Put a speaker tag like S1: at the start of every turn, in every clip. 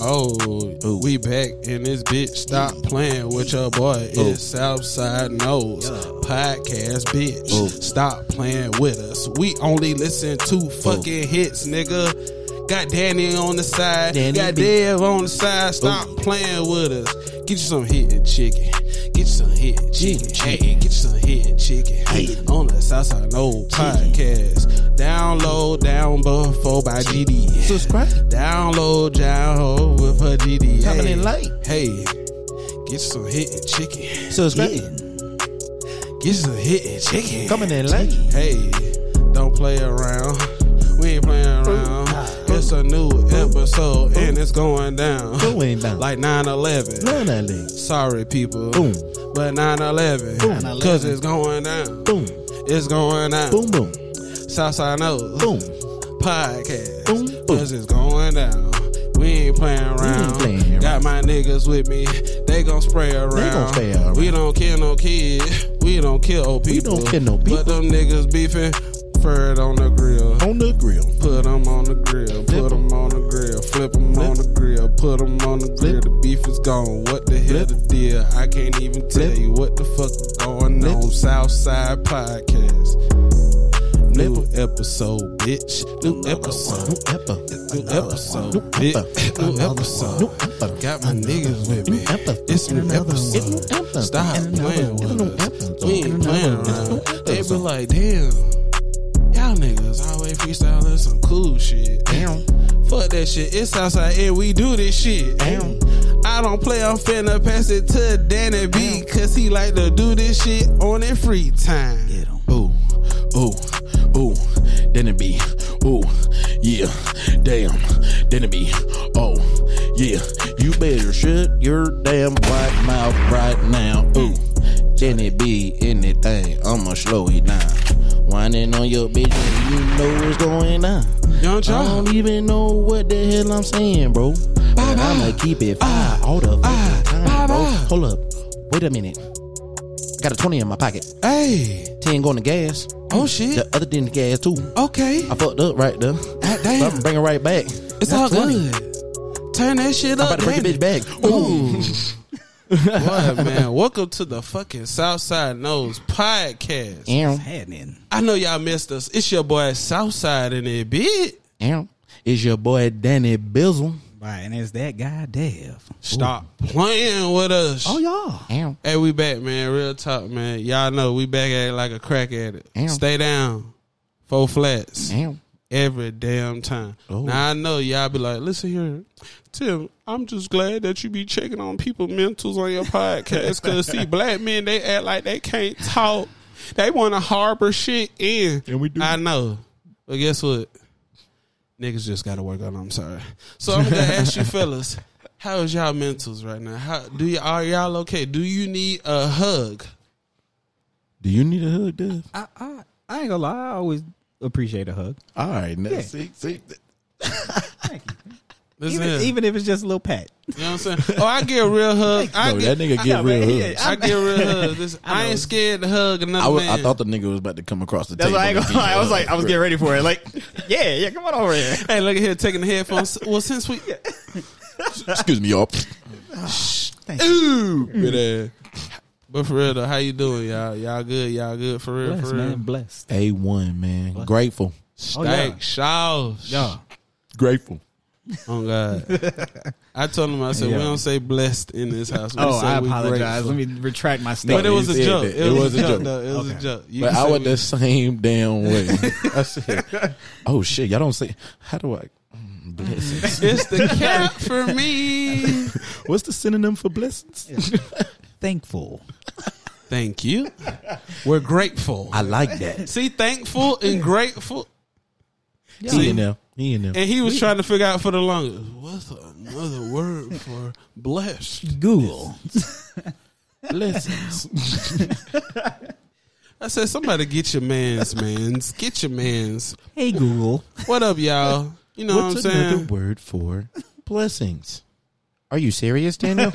S1: Oh, we back in this bitch. Stop playing with your boy. It's Southside Nose podcast, bitch. Stop playing with us. We only listen to fucking hits, nigga. Got Danny on the side.
S2: Danny
S1: got
S2: B.
S1: Dev on the side. Stop playing with us. Get you some hitting chicken. Get you some hitting chicken. Hey, get you some hitting chicken. On the Southside Nose podcast. Download down before by GD.
S2: Subscribe.
S1: Download John Ho with her GD.
S2: Coming
S1: hey,
S2: in late.
S1: Hey, get some hitting chicken.
S2: Subscribe.
S1: Get some hitting chicken.
S2: Coming in late.
S1: Hey, don't play around. We ain't playing around. It's a new episode and it's going down.
S2: Going down.
S1: Like 9 11.
S2: Learn that leg.
S1: Sorry, people.
S2: Boom.
S1: But 9 11.
S2: Boom.
S1: Because it's going down.
S2: Boom.
S1: It's going down.
S2: Boom. Boom.
S1: Southside Nose.
S2: Boom.
S1: podcast.
S2: Boom, boom.
S1: Cause it's going down. We ain't playing around.
S2: playing
S1: Got my niggas with me. They gon' spray around.
S2: gon' spray around.
S1: We don't kill no kids. We don't kill old people.
S2: don't kill no
S1: But them niggas beefing. Fur it on the grill.
S2: On the grill.
S1: Put 'em on the grill. Put 'em on the grill. Flip 'em on the grill. Put 'em on the grill. The beef is gone. What the hell the deal? I can't even tell
S2: Flip.
S1: you what the fuck is going on. Southside Podcast. New episode, bitch. New episode. New episode, bitch. New
S2: New
S1: episode.
S2: episode.
S1: Got my niggas with
S2: New
S1: me.
S2: episode.
S1: It's new
S2: And another one. It's new
S1: episode.
S2: episode.
S1: Stop
S2: And another
S1: playing
S2: one. It's new
S1: with us.
S2: episode.
S1: We ain't
S2: And
S1: playing
S2: another one. It's new
S1: around. They be
S2: episode.
S1: like, damn, y'all niggas always freestyling some cool shit.
S2: Damn.
S1: Fuck that shit. It's outside and we do this shit.
S2: Damn.
S1: I don't play, I'm finna pass it to Danny B. Cause he like to do this shit on his free time.
S3: Ooh, ooh, ooh, then it be, ooh, yeah, damn, then it be, oh, yeah, you better shut your damn white mouth right now, ooh, then it be anything, I'ma slow it down, whining on your bitch and you know what's going down.
S1: Young
S3: I
S1: John.
S2: Um,
S3: don't even know what the hell I'm saying, bro. But I'ma keep it fine all the fucking time, bro. Hold up, wait a minute. Got a 20 in my pocket,
S1: Hey.
S3: 10 going to gas.
S1: Oh shit.
S3: The other than the gas too.
S1: Okay.
S3: I fucked up right there.
S1: Ah, damn.
S3: So I'm bringing it right back.
S1: It's all good. Turn that shit up.
S3: I'm about to bring the
S1: Danny.
S3: bitch back. Ooh.
S1: What man? Welcome to the fucking Southside Nose podcast.
S3: Ow,
S2: Happening.
S1: I know y'all missed us. It's your boy Southside in it, bitch.
S3: ow. It's your boy Danny Bizzle.
S2: Right, and it's that guy Dev.
S1: Stop playing with us.
S2: Oh y'all.
S3: Ow,
S1: Hey, we back, man. Real talk, man. Y'all know we back at it like a crack at it.
S3: Damn.
S1: Stay down. Four flats.
S3: ow.
S1: Every damn time.
S3: Oh.
S1: Now I know y'all be like, listen here, Tim, I'm just glad that you be checking on people mentals on your podcast. Cause see, black men, they act like they can't talk. They wanna harbor shit in.
S2: And we do.
S1: I know. But guess what? Niggas just gotta work on it. I'm sorry. So I'm gonna ask you fellas, how is y'all mentals right now? How do you are y'all okay? Do you need a hug?
S3: Do you need a hug, Dev?
S2: I, I I ain't gonna lie, I always appreciate a hug.
S3: All right, now, see, see.
S1: Listen
S2: Even,
S1: here.
S2: even if it's just a little pat.
S1: you know what I'm saying? Oh, I get a real hug. I
S3: Bro,
S1: get,
S3: that nigga get
S2: know,
S3: real
S2: man, he-
S3: hugs.
S1: I get real hugs. This- I, ain't scared to hug another
S3: I, wa-
S1: man.
S3: I thought the nigga was about to come across the
S2: That's
S3: table.
S2: why I ain't
S3: and
S2: gonna
S3: give
S2: lie. I
S3: you a
S2: was like,
S3: hug.
S2: I was getting ready for it. Like, yeah, yeah, come on over here.
S1: hey, look at here taking the headphones. Well, since we,
S3: Excuse me, y'all.
S1: ooh, but, uh, but for real though, how you doing, y'all? Y'all good? Y'all good for real? for real?
S2: blessed. Oh,
S3: A1, man. Grateful.
S1: Stank,
S2: yeah.
S1: shawls.
S2: Y'all.
S3: Grateful.
S1: Oh God! I told him I said
S2: Yeah.
S1: we don't say blessed in this house. We
S2: Oh,
S1: say
S2: I
S1: we
S2: apologize.
S1: grateful."
S2: Let me retract my
S1: But
S2: statement.
S1: it was a
S3: said
S1: joke.
S3: that.
S1: It was a joke. though. It was a
S2: Okay.
S1: joke. You
S3: But
S1: can
S3: I
S1: say
S3: went
S1: we-
S3: the same damn way. I said, oh, shit, y'all don't say, how do I, mm, blessings.
S1: It's the cap for me.
S3: What's the synonym for blessings?
S2: Thankful.
S1: Thank you. We're grateful.
S3: I like that.
S1: See, thankful and grateful.
S3: He in there. He in there.
S1: And he was trying to figure out for the longest. What's another word for blessed?
S2: Google.
S3: Blessings.
S1: I said, somebody get your man's man's. Get your man's.
S2: Hey Google.
S1: What up, y'all? You know
S3: What's
S1: what I'm
S3: another
S1: saying?
S3: word for blessings? Are you serious, Daniel?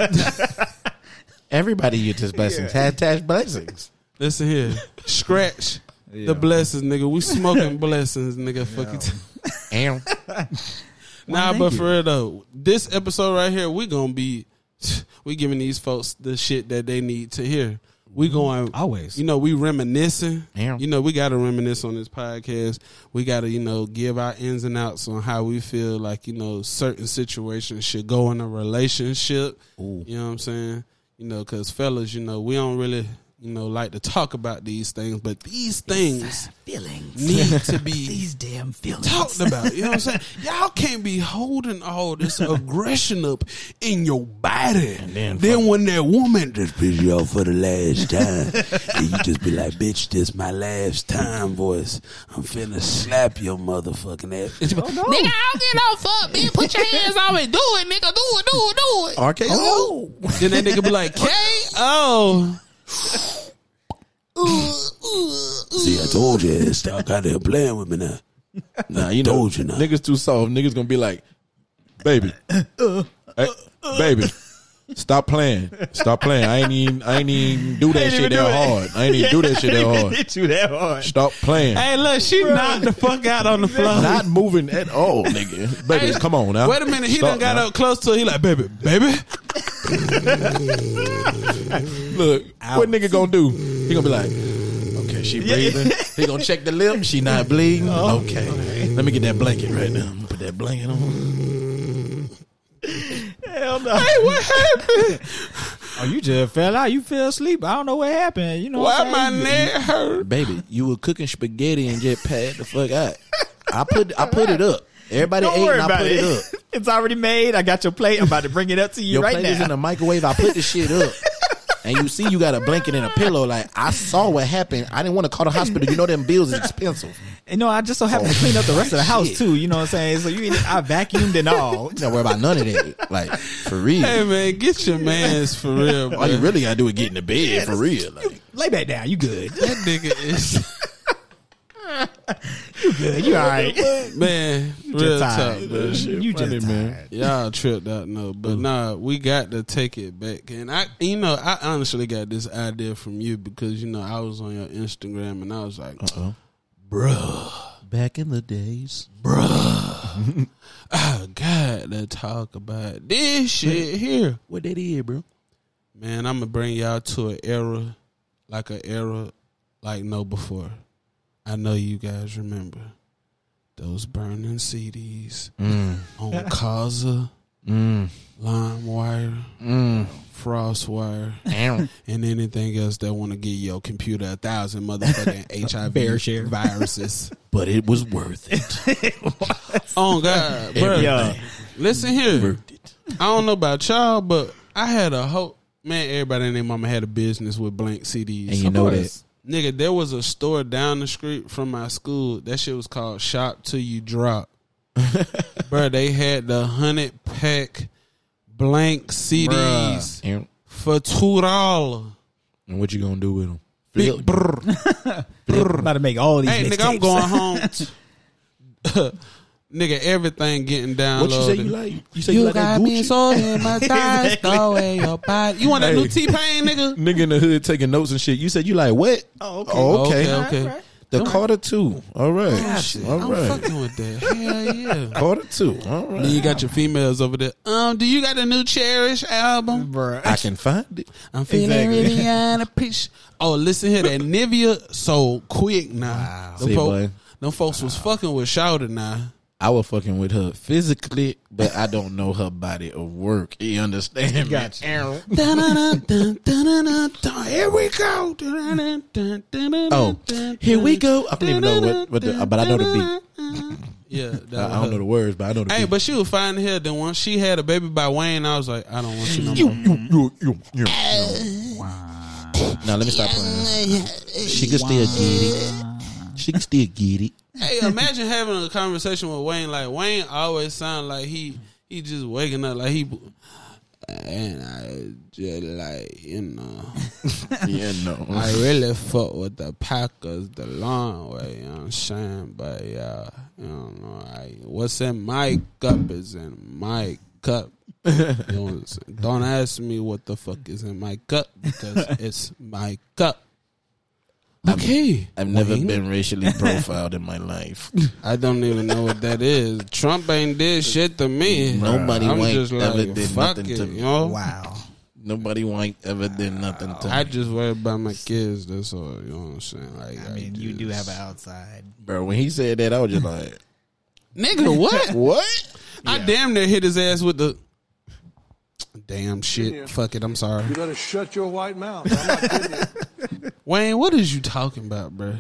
S3: Everybody uses blessings. Hashtag blessings.
S1: Listen here. Scratch the blessings, nigga. We smoking blessings, nigga. Fuck you.
S3: Ow.
S1: nah,
S2: thank
S1: but
S2: you.
S1: for real though, this episode right here, we gonna be we giving these folks the shit that they need to hear. We going
S2: Always.
S1: you know, we reminiscing.
S3: Yeah.
S1: You know, we gotta reminisce on this podcast. We gotta, you know, give our ins and outs on how we feel like, you know, certain situations should go in a relationship. You know what I'm saying? You know, cause fellas, you know, we don't really, you know, like to talk about these things, but these things
S4: Feelings.
S1: need to be
S4: These damn feelings.
S1: talked about. You know what I'm saying? Y'all can't be holding all this aggression up in your body.
S3: then
S1: then when that woman just
S4: Bitch, y'all for the last time. and you just be like, bitch, this my last time, voice. I'm finna slap your motherfucking ass. It's
S2: Oh, no.
S5: Nigga, I don't give no fuck, man. Put your hands on me. Do it, nigga. Do it, do it, do it.
S3: RKO. Oh.
S1: then that nigga be like, K.O.
S4: See, I told you, stop out there playing with me now.
S3: Nah, you know,
S4: Told you not.
S3: niggas too soft. Niggas gonna be like, baby, hey, baby, stop playing, stop playing. I ain't even, I ain't even do that
S2: ain't
S3: shit
S2: even do
S3: that
S2: it.
S3: hard. I ain't even do that shit that hard.
S2: Hit you that hard.
S3: Stop playing.
S1: Hey, look, she knocked the fuck out on the floor.
S3: Not moving at all, nigga. Baby,
S1: Hey,
S3: come on now.
S1: Wait a minute, he
S3: Stop
S1: done got
S3: now.
S1: up close to her. He like, baby, baby.
S3: Look, what nigga gonna do? He gonna be like, okay, she breathing. he gonna check the limb. She not bleeding. okay. let me get that blanket right now. I'm gonna Put that blanket on.
S2: Hell no. Hey, what happened? oh, you just fell out. You fell asleep. I don't know what happened. You know
S1: Why
S2: what I'm
S1: my
S2: saying?
S1: neck hurt?
S3: Baby, you were cooking spaghetti and just pat the fuck out. I put I put it up. Everybody
S2: Don't
S3: ate
S2: worry
S3: and I
S2: about
S3: put
S2: it.
S3: it, up.
S2: it's already made. I got your plate. I'm about to bring it up to you
S3: Your
S2: right
S3: plate is
S2: now.
S3: in the microwave. I put the shit up. And you see, you got a blanket and a pillow. Like I saw what happened. I didn't want to call the hospital. You know them bills is expensive.
S2: You know, I just so happen to clean up the rest of the house too. You know what I'm saying? So you, I vacuumed and all.
S3: Don't worry about none of that. Like for real.
S1: Hey man, get your man's for real,
S3: All
S1: bro.
S3: you really gotta do is get in the bed for real. Like,
S2: Lay back down. You good?
S1: That nigga is
S2: Good. You all right?
S1: man, real
S2: tired.
S1: talk, bro.
S2: You just tired.
S1: Y'all tripped out, no, but nah, we got to take it back. And I, you know, I honestly got this idea from you because you know I was on your Instagram and I was like,
S3: Uh-oh.
S1: bruh,
S3: Back in the days,
S1: I got to talk about this shit here,
S3: what that is, bro?
S1: man. I'm gonna bring y'all to an era, like an era, like no before. I know you guys remember those burning CDs
S2: Mm.
S1: on Kaza, LimeWire,
S2: Mm.
S1: FrostWire. and anything else that want to give your computer a thousand motherfucking HIV
S2: Fair share.
S1: viruses.
S3: but it was worth it.
S1: oh God, bro!
S2: Yo,
S1: Listen here,
S3: worth it.
S1: I don't know about y'all, but I had a whole man. Everybody and their mama had a business with blank CDs.
S3: And you know that.
S1: nigga, there was a store down the street from my school. That shit was called Shop Till You Drop. bro, they had the hundred pack blank CDs
S3: And
S1: for two dollar.
S3: what you gonna do with them?
S1: Big brr.
S2: about to make all these.
S1: Hey, nigga, I'm
S2: mixtapes.
S1: going home. nigga, everything getting downloaded.
S3: What you say you like? You say you, like that
S1: got me
S3: Gucci?
S1: so in my thighs, throw away your body. You want that
S3: Hey.
S1: new T Pain, nigga?
S3: Nigga in the hood taking notes and shit. You said you like what?
S2: Oh, okay.
S3: Oh, okay.
S1: okay. okay.
S3: The Carter two. All right. All
S1: I'm
S3: right.
S1: fucking with that. Hell yeah.
S3: Carter two. All right.
S1: Then you got your females over there. Um, do you got a new Cherish album?
S3: I can find it.
S1: I'm feeling
S2: Exactly.
S1: really out of pitch. Oh, listen here, that Nivea so quick now. Them,
S3: See,
S1: folk-
S3: boy.
S1: them folks was fucking with Shouter now.
S3: I was fucking with her physically, but I don't know her body of work. You understand me?
S1: Dun-dun-dun-dun-dun-dun. Here we go.
S3: Oh,
S1: Oh,
S3: here we go. I don't even know what, what the, but I know the
S1: beat. Yeah, that
S3: beat. I don't know the words, but I know the
S1: Hey,
S3: beat.
S1: but she was fine here. Then once she had a baby by Wayne, I was like, I don't want you no more.
S3: you, you, you. Now let me stop playing. She can still get it. She can still get it.
S1: Hey, imagine having a conversation with Wayne. Like Wayne always sound like he he just waking up like he. And I just like you know.
S3: Yeah, no.
S1: I really fuck with the Packers the long way, you know what I'm saying? But yeah, you don't know, I, what's in my cup is in my cup. You know what I'm saying? Don't ask me what the fuck is in my cup because it's my cup. Okay.
S3: I've never
S1: Wayne.
S3: been racially profiled in my life.
S1: I don't even know what that is. Trump ain't did shit to me.
S3: Nobody
S1: I'm
S3: white
S1: just like,
S3: ever did
S1: fuck
S3: nothing
S1: it,
S3: to me.
S1: You know?
S2: Wow.
S3: Nobody white ever did nothing to
S1: I
S3: me.
S1: just worry about my kids. That's all. You know what I'm saying? Like,
S2: I mean, you do have
S1: just-
S2: an outside.
S3: Bro, when he said that, I was just like,
S1: nigga. What?
S3: what?
S1: I damn near hit his ass with the damn shit. Fuck it. I'm sorry.
S6: You better shut your white mouth. I'm not kidding you.
S1: Wayne, what is you talking about, bruh?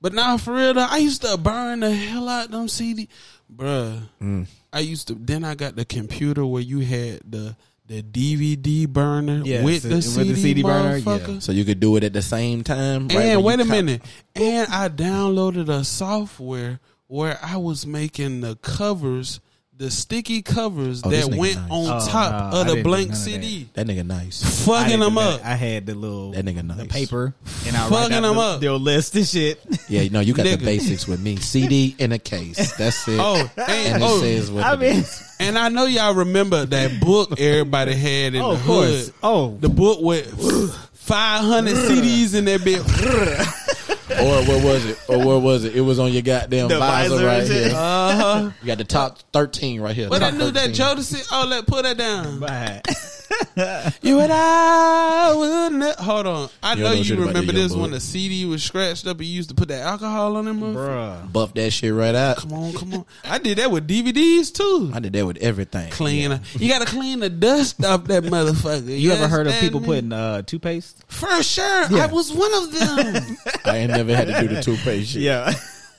S1: But now for real, though, I used to burn the hell out them CD, bruh. I used to. Then I got the computer where you had the the DVD burner
S2: Yeah,
S1: with,
S2: so-
S1: the,
S2: with the
S1: CD
S2: CD burner,
S1: burner,
S2: yeah.
S3: So you could do it at the same time? right
S1: and
S3: when
S1: wait
S3: you
S1: a
S3: cop-
S1: minute. And I downloaded a software where I was making the covers, the sticky covers
S3: Oh, this
S1: that
S3: nigga
S1: went
S3: nice.
S1: on
S2: Oh,
S1: top
S2: no, I
S1: of the
S2: didn't do
S1: blank
S2: none of
S1: CD,
S3: That nigga nice.
S2: I
S1: fucking
S2: didn't do
S1: them
S2: that.
S1: up.
S2: I had the little
S3: That nigga nice.
S2: the paper and I
S1: Fucking
S2: fucking
S1: them
S2: them
S1: up.
S2: up. Their list and shit.
S3: Yeah, no, you got the
S1: Nigga.
S3: basics with me. CD in a case. That's it.
S1: Oh,
S3: and
S1: and,
S3: it
S1: oh,
S3: says what
S2: I
S3: it is.
S2: mean,
S1: And I know y'all remember that book everybody had in
S2: Oh,
S1: the
S2: of course.
S1: hood.
S2: Oh.
S1: the book with five hundred CDs in that Uh-huh. bitch.
S3: or what was it? Or what was it? It was on your goddamn
S2: The
S3: visor
S2: visor
S3: right
S2: and shit.
S3: here.
S1: Uh huh.
S3: You got the top thirteen right here.
S1: But I
S3: Top
S1: knew that
S3: 13.
S1: Jodeci. Oh, let put that down.
S2: Right.
S1: You and I would not. Hold on. I
S3: You
S1: know
S3: don't know shit
S1: you
S3: about
S1: remember
S3: that young
S1: this
S3: boy.
S1: when the CD was scratched up. You used to put that alcohol on them. Come
S2: Bruh.
S3: Buff that shit right out.
S1: on, come on. I did that with DVDs too.
S3: I did that with everything.
S1: Clean. You got to clean the dust off that motherfucker.
S2: You ever heard of people
S1: putting?
S2: putting uh, toothpaste?
S1: For sure, I was one of them.
S3: I ain't never had to do the toothpaste shit.
S2: Yeah.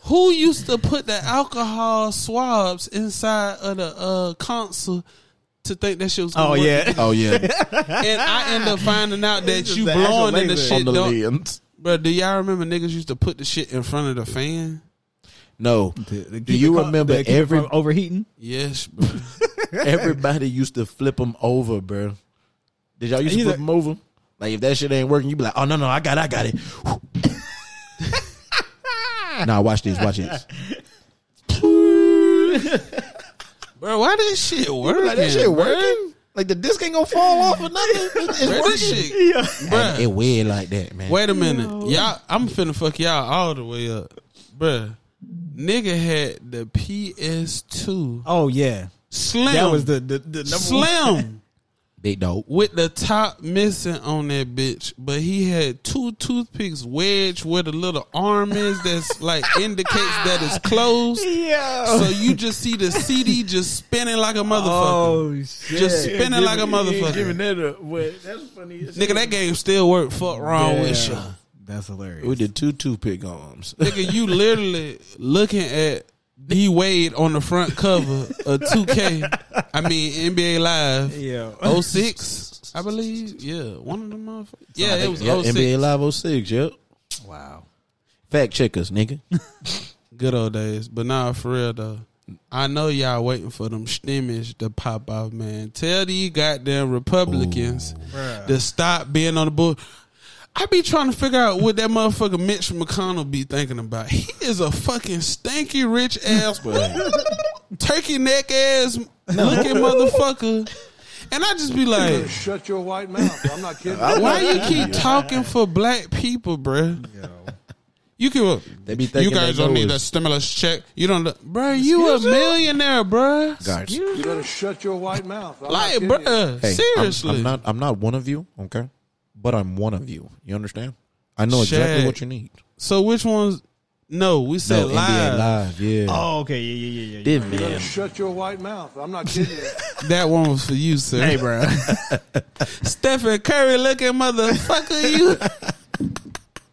S1: Who used to put the alcohol swabs inside of the uh, console to think that shit was? Gonna
S2: Oh
S1: work?
S2: yeah.
S3: Oh yeah.
S1: and I end up finding out that
S2: just
S1: you
S2: the actual
S1: blowing in the
S2: label.
S1: shit.
S3: on the
S1: Don't,
S3: lens.
S1: bro, do y'all remember niggas used to put the shit in front of the fan?
S3: No. Do
S2: Keep it
S3: you
S2: calm-
S3: remember
S2: to keep it
S3: every
S2: from overheating?
S1: Yes, bro.
S3: everybody used to flip them over, bro? Did y'all used to
S2: Either-
S3: flip them over? Like if that shit ain't working, you be like, oh no no, I got it, I got it. nah, watch this, watch this.
S1: bro, why this shit working?
S3: Like that shit
S1: bro?
S3: working? Like the disc ain't gonna fall off or nothing. It's
S1: Bro,
S3: working.
S1: this shit,
S3: And It
S1: bro.
S3: weird like that, man.
S1: Wait a minute, y'all. I'm finna fuck y'all all the way up, bro. Nigga had the PS2
S2: Oh yeah.
S1: Slim.
S2: That was the the, the number one.
S1: Slim
S3: Big dog.
S1: with the top missing on that bitch, but he had two toothpicks wedged where the little arm is that's like indicates that it's closed.
S2: Yeah.
S1: So you just see the CD just spinning like a motherfucker.
S2: Oh shit.
S1: Just spinning like a motherfucker.
S3: that a what? That's funny.
S1: Nigga, that game still worked. Fuck wrong with you.
S2: Yeah. That's hilarious.
S3: We did two toothpick arms.
S1: Nigga, you literally looking at D Wade on the front cover of 2K. I mean, NBA Live.
S2: Yeah.
S1: Oh. 06, I believe. Yeah, one of them motherfuckers. Yeah, it was
S3: Yeah,
S1: 06.
S3: NBA Live 06, yep.
S2: Wow.
S3: Fact checkers, nigga.
S1: Good old days. But nah, for real though. I know y'all waiting for them stimmies to pop off, man. Tell these goddamn Republicans to stop being on the board. I be trying to figure out what that motherfucker Mitch McConnell be thinking about. He is a fucking stanky rich ass, turkey neck ass looking motherfucker. And I just be like,
S6: Shut your white mouth. I'm not kidding. you.
S1: why you keep talking for black people, bruh? You can.
S3: They be thinking
S1: You guys
S3: they
S1: don't
S3: know
S1: need a
S3: it's-
S1: stimulus check. You don't, bruh. You a millionaire, bruh.
S3: Guys.
S6: You better shut your white mouth. I'm
S1: Like,
S6: not kidding you.
S1: bruh.
S3: Hey, I'm-
S1: seriously.
S3: I'm, not I'm not one of you, okay? But I'm one of you. You understand? I know exactly
S1: Shit.
S3: what you need.
S1: so which ones? No, we said
S3: No, NBA
S1: live.
S3: Live, yeah.
S2: Oh okay. Yeah yeah yeah yeah.
S3: Did
S6: You better
S3: man.
S6: shut your white mouth. I'm not kidding. you.
S1: That one was for you, sir. Hey, bro. Stephen Curry looking motherfucker, you.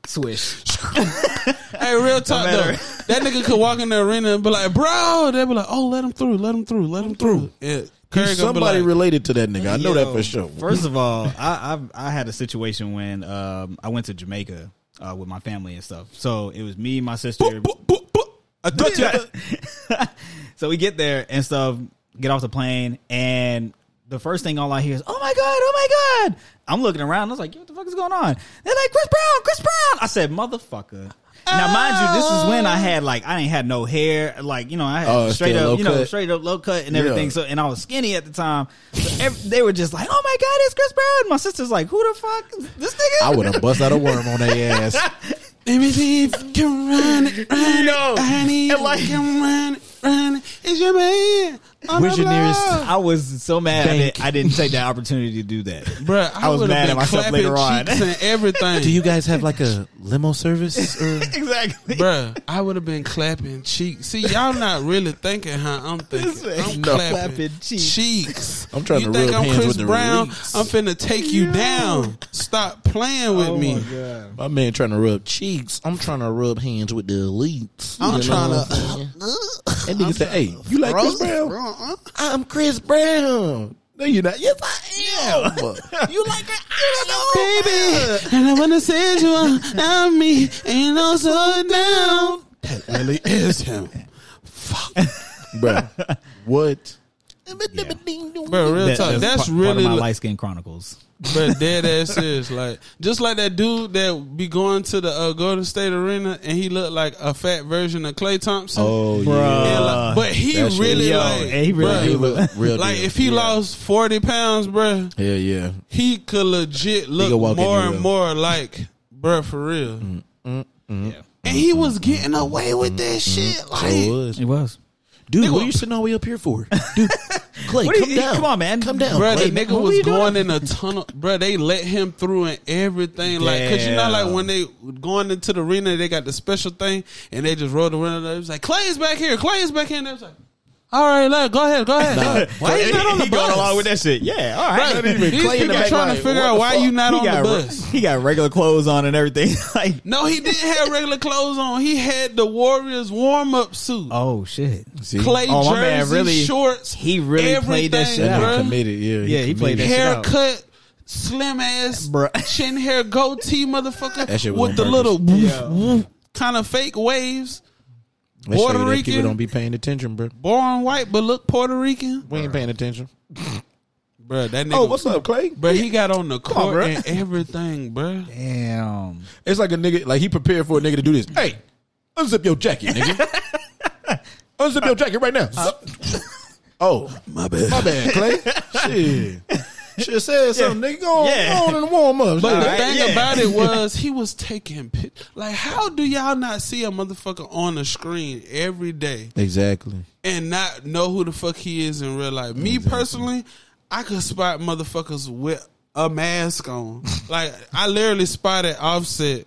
S2: Swish.
S1: Hey, real talk though.
S2: matter.
S1: That nigga could walk in the arena and be like, bro. They be like, oh, let him through, let him through, let him through. Yeah. Curry gonna be
S3: Somebody
S1: like,
S3: related to that nigga. I know that
S2: Yo,
S3: for sure.
S2: First of all, I I, I had a situation when um, I went to Jamaica uh, with my family and stuff. So it was me, my sister.
S1: boop, boop, boop. I thought you. had-
S2: so we get there and stuff, get off the plane, and the first thing all I hear is, "Oh my god, oh my god!" I'm looking around. I was like, "What the fuck is going on?" They're like, "Chris Brown, Chris Brown." I said, "Motherfucker." Now, mind you, this is when I had like I ain't had no hair, like you know I had
S3: Oh,
S2: straight
S3: still
S2: up,
S3: low
S2: you know,
S3: cut.
S2: straight up low cut and everything.
S3: Yeah.
S2: So and I was skinny at the time. So ev- they were just like, "Oh my god, it's Chris Brown!" My sister's like, "Who the fuck is this nigga?"
S3: I would have bust out a worm on their ass.
S1: Let me see if you can run it, run
S2: Yo,
S1: it, honey.
S2: Oh, and like-
S1: Like, can run it, run it. It's your man. on
S3: Where's
S1: the
S3: your nearest-
S1: block.
S2: I was so mad I,
S3: Bank.
S2: did, I didn't take the opportunity to do that.
S1: Bruh, I,
S2: I was
S1: would've
S2: mad
S1: been
S2: at myself
S1: clapping
S2: later on.
S1: cheeks and everything.
S3: Do you guys have like a limo service? Or?
S2: exactly.
S1: Bruh, I would have been clapping cheeks. See, y'all not really thinking how I'm thinking.
S2: This
S1: I'm
S2: ain't
S1: clapping,
S2: clapping cheeks.
S1: cheeks.
S3: I'm trying
S1: you
S3: to
S1: think
S3: rub
S1: I'm
S3: hands
S1: Chris
S3: with the
S1: Brown?
S3: release.
S1: I'm finna take you down. Stop playing
S2: Oh
S1: with me.
S2: God.
S3: My man trying to rub cheeks. I'm trying to rub hands with the elites.
S1: I'm
S3: You know
S1: trying
S3: what
S1: to-
S3: I'm saying? That nigga said, "Hey, you like Chris Brown? I'm Chris Brown. No, you're not. Yes, I am. you like Chris
S2: Uh-uh.
S1: Baby, and I wanna say you are not me, and also down. That really is him,
S3: Brown, bro? What?
S1: bro. Real
S2: That-
S1: talk, that's,
S2: that's, part,
S1: really
S2: part of my
S1: like-
S2: light skin chronicles.
S1: But dead ass is like just like that dude that be going to the uh, Golden State Arena and he looked like a fat version of Clay Thompson.
S3: Oh,
S1: And, like,
S2: Bruh.
S1: but he
S3: that shit-
S1: really
S2: Yo,
S1: like
S2: and he really
S1: bruh,
S2: do look-
S3: yeah, real.
S1: like
S3: deal.
S1: if he
S3: yeah.
S1: lost forty pounds, bruh,
S3: yeah, yeah.
S1: he could legit look
S3: could walk
S1: more and
S3: anywhere.
S1: more like bruh for real.
S2: Yeah.
S1: And he was getting away with that shit. Like
S3: It Mm-hmm. was.
S2: It was.
S3: Dude, what
S1: Nigga-
S3: are you sitting all the way up here for? Dude, Clay,
S2: What are you-
S3: come down.
S2: come on, man.
S3: Come down.
S1: Bro,
S3: Clay.
S1: the nigga
S2: what
S1: was
S2: you doing?
S1: going in a tunnel. Bro, they let him through and everything. Like, cause you know, like when they going into the arena, they got the special thing, and they just rolled the window. It was like, Clay is back here. Clay is back here. And they was like, all right, look, go ahead, go ahead. Why you not on the
S2: he going
S1: bus?
S2: along with that shit. Yeah, all right.
S1: Bro, these
S3: Clay in
S1: people
S3: the back
S1: trying
S3: like,
S1: to figure
S3: what
S1: out
S3: the
S1: why
S3: fuck?
S1: you not
S2: he
S1: on the
S2: got re-
S1: bus.
S2: he got regular clothes on and everything. like,
S1: No, he didn't have regular clothes on. He had the Warriors warm up suit.
S2: oh shit.
S1: Clay
S2: Oh, my
S1: jersey,
S2: man really-
S1: shorts.
S2: he really played that
S1: everything,
S2: shit out.
S1: bruh.
S3: He committed. Yeah,
S2: Yeah, he played that shit out.
S1: haircut, slim ass,
S2: Bruh.
S1: chin hair, goatee, motherfucker,
S3: That shit was
S1: with
S3: on
S1: the
S3: purpose.
S1: little
S2: Yeah.
S1: kind of fake waves.
S3: Let's show you
S1: Puerto
S3: that
S1: Rican.
S3: People don't be paying attention, bro.
S1: Born white, but look Puerto Rican,
S3: We ain't paying attention.
S1: bro. That nigga,
S3: Oh, what's up, Clay?
S1: bro? He got on the
S2: on,
S1: court
S2: bruh.
S1: and everything, bro.
S2: Damn.
S3: It's like a nigga, like he prepared for a nigga to do this. Hey, unzip your jacket, nigga. unzip your jacket right now. Zip. oh,
S4: My bad.
S3: my bad, Clay. Shit. Should have said something, nigga. Go on,
S2: Yeah.
S3: go on in the warm up.
S1: But the
S2: right,
S1: thing
S2: yeah.
S1: about it was he was taking pictures. Like, how do y'all not see a motherfucker on the screen every day?
S3: exactly.
S1: and not know who the fuck he is in real life. Me personally, I could spot motherfuckers with a mask on. like I literally spotted Offset,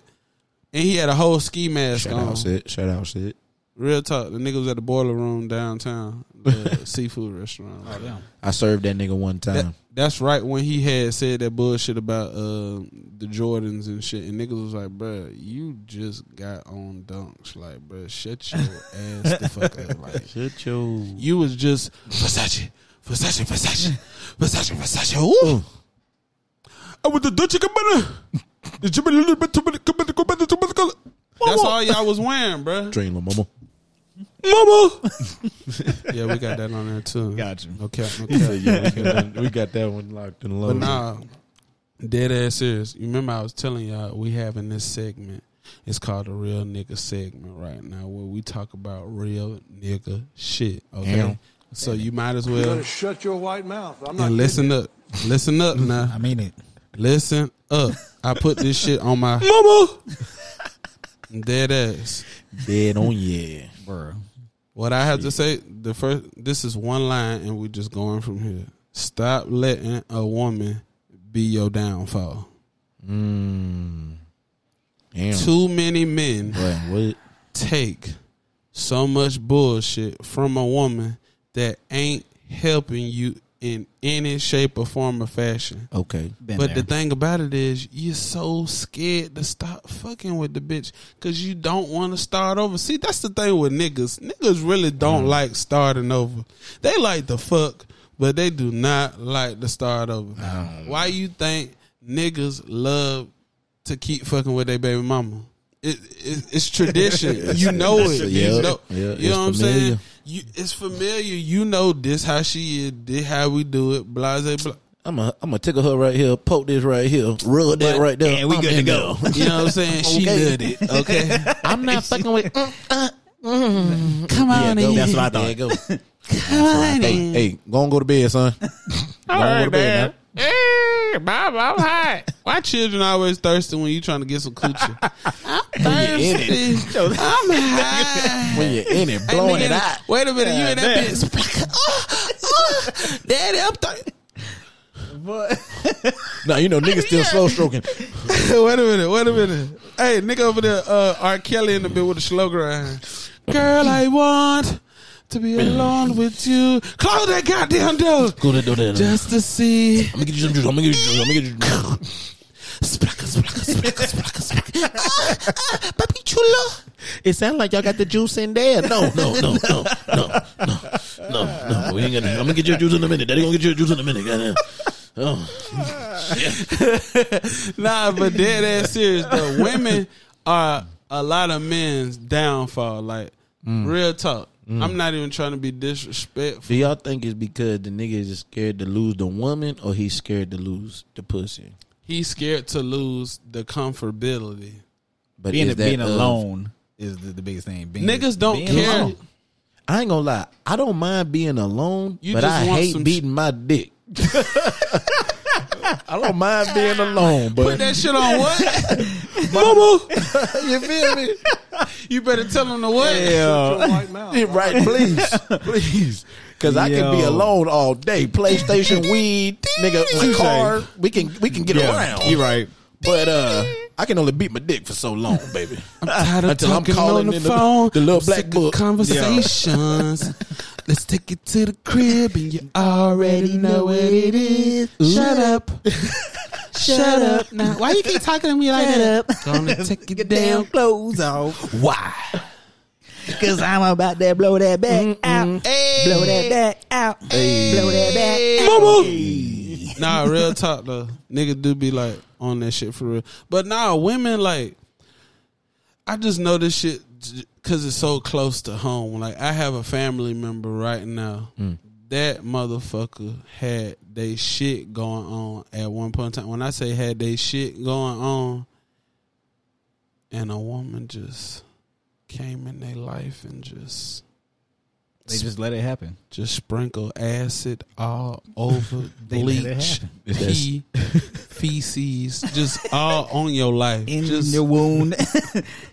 S1: and he had a whole ski mask
S3: Shout
S1: on.
S3: out, shit. Shout out, shit.
S1: Real talk, the nigga was at the boiler room downtown, the seafood restaurant.
S3: I served that nigga one time.
S4: Mm.
S1: That- that's right when he had said that bullshit about uh, the Jordans and shit, and niggas was like, "Bruh, you just got on dunks, like, bruh, shut your ass the fuck up, like,
S3: Shit, yo.
S1: you was just Versace, Versace, Versace, Versace, Versace. Ooh. I with the Dolce Gabbana. The Jimmy Little bit too many, too many, too many, too many color. That's all y'all was wearing, bruh.
S3: Drain little mama.
S1: Mama. yeah, we got that on there too.
S2: Gotcha.
S1: No cap, no cap.
S3: Yeah, we got, that, we got that one locked and
S1: But
S3: loaded.
S1: nah, dead ass serious. You remember I was telling y'all we having this segment. It's called the real nigga segment right now, where we talk about real nigga shit. Okay,
S3: Damn.
S1: so you might as
S6: You
S1: well
S6: better shut your white mouth. I'm not
S1: and
S6: kidding
S1: listen
S6: you.
S1: up, listen up now.
S2: I mean it.
S1: Listen up. I put this shit on my mama. Dead ass.
S3: Dead on yeah.
S2: Bruh.
S1: What I have to say, the first this is one line and we're just going from here. Stop letting a woman be your downfall.
S3: Damn.
S1: Too many men
S3: Boy, what?
S1: take so much bullshit from a woman that ain't helping you in any shape or form or fashion.
S3: Okay.
S2: Been
S1: But
S2: there.
S1: the thing about it is, you're so scared to stop fucking with the bitch because you don't want to start over. See, that's the thing with niggas. Niggas really don't like starting over. They like to fuck, but they do not like to start over. Why you think niggas love to keep fucking with their baby mama? It, it, it's tradition. you know it.
S3: Yeah,
S1: you know,
S3: yeah, it's
S1: you know what I'm
S3: familiar.
S1: saying? You, it's familiar. You know this how she is, this how we do it, blase, blah.
S3: I'm gonna I'm gonna tickle her right here, poke this right here, rub that right there.
S2: And we
S3: I'm
S2: good to
S3: in
S2: go.
S3: there.
S1: You know what I'm saying? She
S3: Okay.
S1: did it. Okay.
S3: I'm not fucking with. Mm, uh,
S1: Come
S3: yeah,
S1: on
S3: go.
S1: in.
S2: That's what I
S3: Yeah,
S2: thought.
S3: go.
S1: Come on
S3: Hey,
S1: in.
S3: hey, go and go to bed, son. All
S5: Hey, Bob, I'm hot.
S1: Why children always thirsty when you trying to get some coochie? I'm
S3: you in
S1: thirsty.
S3: it.
S1: I'm high.
S3: When you're in it,
S1: Hey,
S3: blowing
S1: nigga,
S3: it out.
S1: Wait a minute, you in that
S2: man.
S1: bitch? Oh, oh, Daddy, I'm thirsty.
S3: No, you know, niggas still slow stroking.
S1: wait a minute, wait a minute. Hey, nigga over there, uh, R. Kelly in the bit with a slow grind. Girl, I want to be alone with you. Close that goddamn door
S3: Go to do that. Just
S1: just to see.
S3: let me get you some juice. Let me get you some juice. Let me get you some juice.
S1: Splaka, splaka, splaka, splaka, splaka. Ah, ah, Papi chulo.
S3: It sounds like y'all got the juice in there. No, no, no, no, no, no, no, no. We ain't gonna. I'm gonna get you a juice in a minute. Daddy gonna get you a juice in a minute. Goddamn. Oh,
S1: Nah, but dead ass serious though. Women are a lot of men's downfall. Like real talk. I'm not even trying to be disrespectful.
S3: do y'all think it's because the nigga is scared to lose the woman, or he's scared to lose the pussy?
S1: He's scared to lose the comfortability.
S3: But
S2: Being
S3: is that
S2: being
S3: of-
S2: alone is the, the biggest thing. Being,
S1: Niggas don't
S2: being
S1: care.
S2: alone.
S3: I ain't gonna lie. I don't mind being alone,
S1: You
S3: but
S1: just
S3: I
S1: want
S3: hate
S1: some
S3: beating my dick. I don't mind being alone,
S1: Put
S3: but
S1: that shit on what? Mama. you feel me? You better tell him the what?
S6: Shut your white mouth. I'm
S3: right, please, please, because I can be
S2: Yo.
S3: alone all day. PlayStation, weed, nigga, my car. We can we can get around.
S2: You're right.
S3: but uh, I can only beat my dick for so long, baby.
S1: Tired of
S3: Until I'm
S1: talking
S3: calling
S1: on the
S3: in the-
S1: phone.
S3: the little
S1: I'm
S3: black
S1: sick of
S3: book.
S1: Conversations. Let's take it to the crib and you already know what it is. Shut up. Shut up now. Why you keep talking to me like that? Gonna take it down.
S2: clothes off.
S3: Why?
S2: Cause I'm about to blow that back out. Blow that back out. Blow that back
S1: nah, real talk though. Niggas do be like on that shit for real. But nah, women like I just know this shit cuz it's so close to home. Like I have a family member right now. That motherfucker had they shit going on at one point in time. When I say had they shit going on and a woman just came in their life and just
S2: They just let it happen.
S1: just sprinkle acid all over bleach, pee, feces, just all on your life.
S2: In
S1: just
S2: your wound,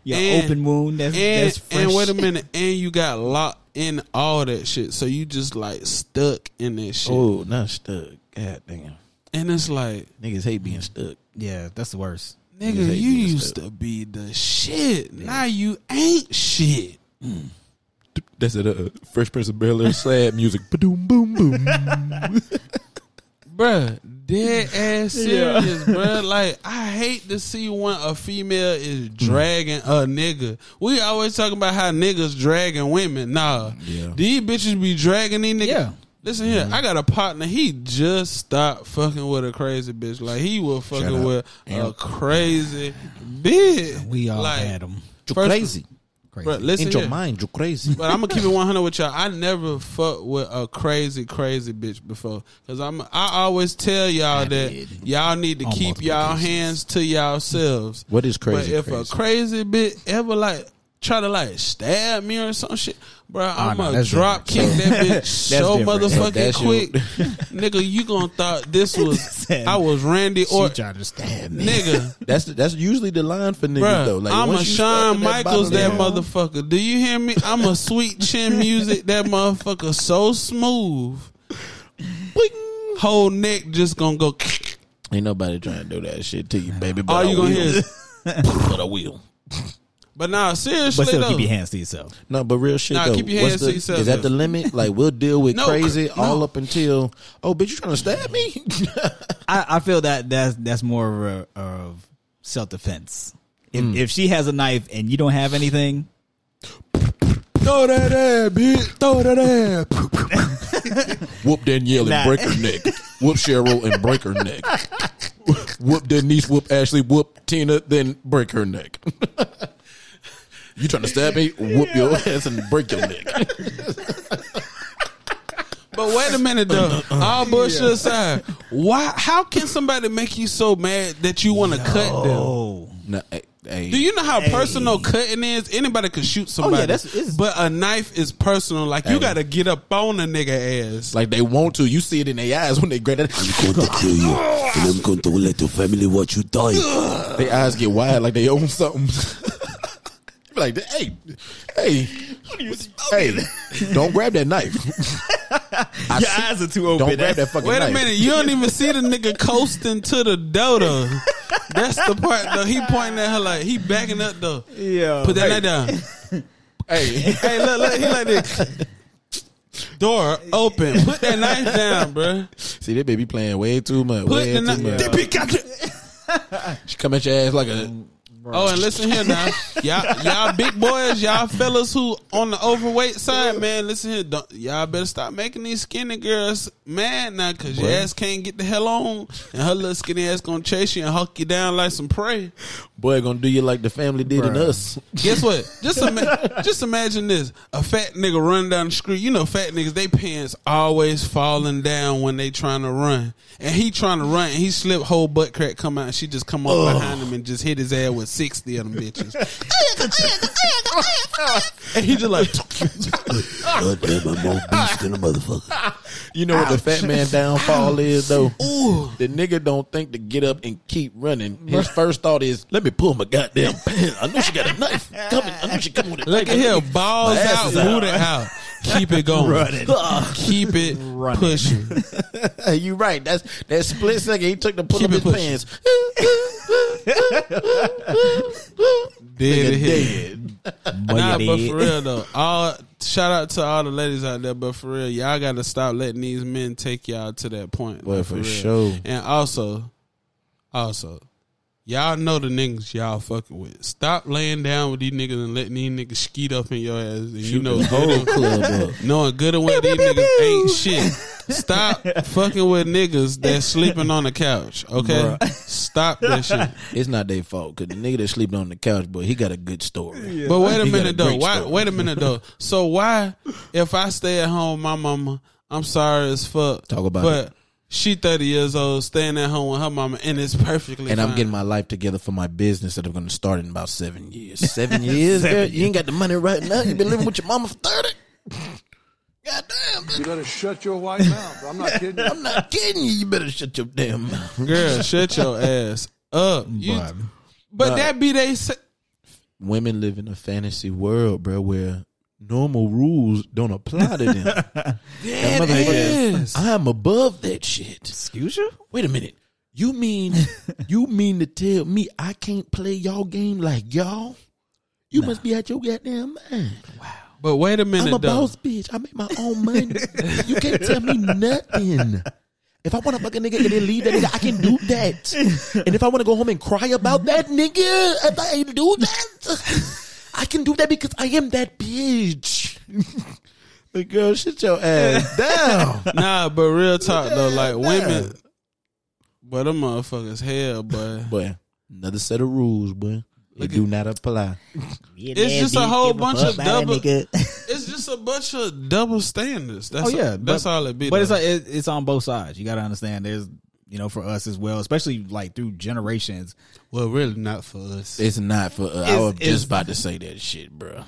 S2: your
S1: And-
S2: open wound. That's
S1: and,
S2: that's fresh.
S1: and wait a minute, and you got locked in all that shit, so you just like stuck in that shit,
S3: Oh, not stuck. God damn,
S1: and it's like,
S3: niggas hate being stuck.
S2: Yeah, that's the worst.
S1: nigga,
S3: Niggas hate
S1: you
S3: being
S1: used to be the shit. Now you ain't shit.
S3: That's it. Uh, Fresh Prince of Bel Air, sad music. Boom, boom, boom.
S1: bruh, dead ass serious, bruh. Like I hate to see when a female
S2: Hmm.
S1: is dragging a nigga. We always talking about how niggas dragging women. Nah,
S3: Yeah.
S1: these bitches be dragging these niggas.
S2: Yeah. Mm-hmm.
S1: Listen here, I got a partner. He just stopped fucking with a crazy bitch. Like he was fucking
S3: up.
S1: with a crazy bitch.
S2: We all
S1: like,
S2: had them.
S3: You're
S1: First-
S3: crazy.
S2: Crazy.
S1: Bruh, listen
S3: In your
S1: here.
S3: mind, you're crazy.
S1: But I'm gonna keep it 100 with y'all. I never fucked with a crazy, crazy bitch before, cause I'm. I always tell y'all that y'all need to keep
S2: multiple
S1: y'all
S2: occasions.
S1: hands to yourselves.
S3: What is crazy?
S1: but if
S3: crazy?
S1: a crazy bitch ever like try to like stab me or some shit, bro, I'm
S2: no,
S1: gonna
S2: that's
S1: drop kick that bitch so
S2: different.
S1: motherfucking
S3: That's you.
S1: quick, nigga. You gonna thought this was
S2: Said,
S1: I was Randy
S2: she
S1: or
S2: tried to stab me.
S1: nigga.
S3: That's that's usually the line for niggas though.
S1: Bruh,
S3: Like
S1: I'm a
S3: once you start
S1: Shawn
S3: in
S1: Michaels
S3: bottom
S1: that
S3: down,
S1: motherfucker. Do you hear me? I'm a sweet chin music that motherfucker so smooth. Boing. Whole neck just gonna go.
S3: Ain't nobody trying to do that shit to you, baby. But
S1: All
S3: I
S1: you gonna
S3: will.
S1: hear is.
S3: but I will.
S1: But nah, seriously
S2: But still,
S1: though.
S2: keep your hands to yourself.
S3: No, but real shit
S1: Nah,
S3: though.
S1: keep your
S3: what's
S1: hands
S3: the-
S1: to yourself,
S3: Is that the
S1: though.
S3: limit? Like we'll deal with
S1: No,
S3: crazy
S1: no.
S3: all up until oh, bitch, you trying to stab me?
S2: I, I feel that that's that's more of, a, of self defense. If,
S1: Mm.
S2: if she has a knife and you don't have anything,
S1: throw that ass, bitch. Throw that ass.
S3: Whoop Danielle
S2: Nah.
S3: and break her neck. Whoop Cheryl and break her neck. whoop Denise. Whoop Ashley. Whoop Tina. Then break her neck. you trying to stab me? Whoop your ass and break your neck.
S1: But wait a minute though. All bullshit aside, why? How can somebody make you so mad that you want to cut them?
S2: oh,
S3: No, hey, hey, Hey. Oh,
S1: Do you know how personal cutting is? Anybody could shoot somebody,
S2: that's- it's-
S1: but a knife is personal. Like
S3: Hey.
S1: you got to get up on a nigga ass.
S3: like they want to. You see it in their eyes when they grab that.
S4: I'm going to kill you, and I'm going to let your family watch you die.
S3: Their eyes get wide like they own something. Be like, hey, hey, hey, don't grab that knife. I
S2: Your
S3: see-
S2: eyes are too open.
S3: don't grab that fucking
S1: Wait
S3: knife.
S1: a minute, you don't even see the nigga coasting to the Dota. That's the part though. He pointing at her like he backing up though.
S2: Yeah.
S1: Put that knife down.
S3: Hey,
S1: hey, look, look, he like this. Door open. Put that knife down, bruh.
S3: see that baby playing way too much.
S1: Put
S3: way
S1: the
S3: too
S1: knife.
S3: much. She come at your ass like a.
S1: Oh, and listen here now, y'all, y'all big boys, y'all fellas who on the overweight side, man. Listen here, don't, y'all better stop making these skinny girls mad now, cause your
S3: What?
S1: ass can't get the hell on, and her little skinny ass gonna chase you and huck you down like some prey.
S3: Boy, gonna do you like the family did in
S2: Bruh.
S3: us.
S1: Guess what? Just ima- just imagine this: a fat nigga running down the street. You know, fat niggas they pants always falling down when they trying to run, and he trying to run, and he slip whole butt crack come out, and she just come up behind him and just hit his ass with sixty of them bitches, and he just like.
S4: God damn, I'm more beast than a motherfucker.
S3: You know what the fat man downfall is though? The nigga don't think to get up and keep running. His first thought is, let me pull my goddamn pants. I know she got a knife coming. I know she coming with a
S1: Look at
S3: knife.
S1: here, balls
S3: My ass
S1: out,
S3: is out.
S1: booty out. Keep it going.
S2: Running.
S1: Keep it
S2: Running.
S1: pushing.
S3: Hey, you right. That's that split second he took to pull
S1: Keep
S3: up
S1: it
S3: his
S1: pushing.
S3: pants.
S1: Dead to hit.
S3: Dead.
S1: Nah, but for real though, all shout out to all the ladies out there. But for real, y'all got to stop letting these men take y'all to that point.
S3: Well,
S1: like,
S3: for
S1: real.
S3: sure.
S1: And also, also, y'all know the niggas y'all fucking with. Stop laying down with these niggas and letting these niggas skeet up in your ass. And you know, whole club up. knowing good and well these niggas ain't shit. Stop fucking with niggas that's sleeping on the couch. Okay, stop that shit.
S3: It's not their fault because the nigga that sleeping on the couch, boy, he got a good story.
S1: But wait a
S3: You got
S1: minute
S3: a
S1: though.
S3: great
S1: Why?
S3: story.
S1: Wait a minute though. So why, if I stay at home, my mama, I'm sorry as fuck.
S3: Talk about
S1: but
S3: it.
S1: she 30 years old, staying at home with her mama, and it's perfectly.
S3: And I'm
S1: fine.
S3: getting my life together for my business that I'm going to start in about seven years. Seven years?
S2: Seven
S3: girl? You ain't got the money right now. You've been living with your mama for 30. Goddamn, bitch,
S6: You better shut your white mouth. I'm not kidding. you.
S3: I'm not kidding you. You better shut your damn mouth.
S1: girl. Shut your ass up. You-
S3: Bruh.
S1: but that be they. Say,
S3: Women live in a fantasy world, bro, where normal rules don't apply to them. That motherfucker-
S1: ass.
S3: I'm above that shit.
S2: Excuse you?
S3: Wait a minute. You mean you mean to tell me I can't play y'all game like y'all? You must be out your goddamn mind.
S1: but wait a minute
S3: I'm a
S1: though.
S3: boss bitch. I make my own money. you can't tell me nothing. If I want to fuck a nigga and then leave that nigga, I can do that. And if I want to go home and cry about that nigga, if I ain't do that, I can do that because I am that bitch. But girl, shut your ass down.
S1: Nah, but real talk though, like women. But them motherfuckers hell, but
S3: Boy, another set of rules, boy. They do not apply.
S1: It's just a whole bunch of double. It's just a bunch of double standards. That's
S2: Oh yeah,
S1: that's
S2: but-
S1: all it be.
S2: But it's
S1: though.
S2: like it, it's on both sides. You got to understand. There's you know for us as well, especially like through generations.
S1: well, really not for us.
S3: It's not for. Uh, I was
S2: It's- it's-
S3: just about to say that shit, bro.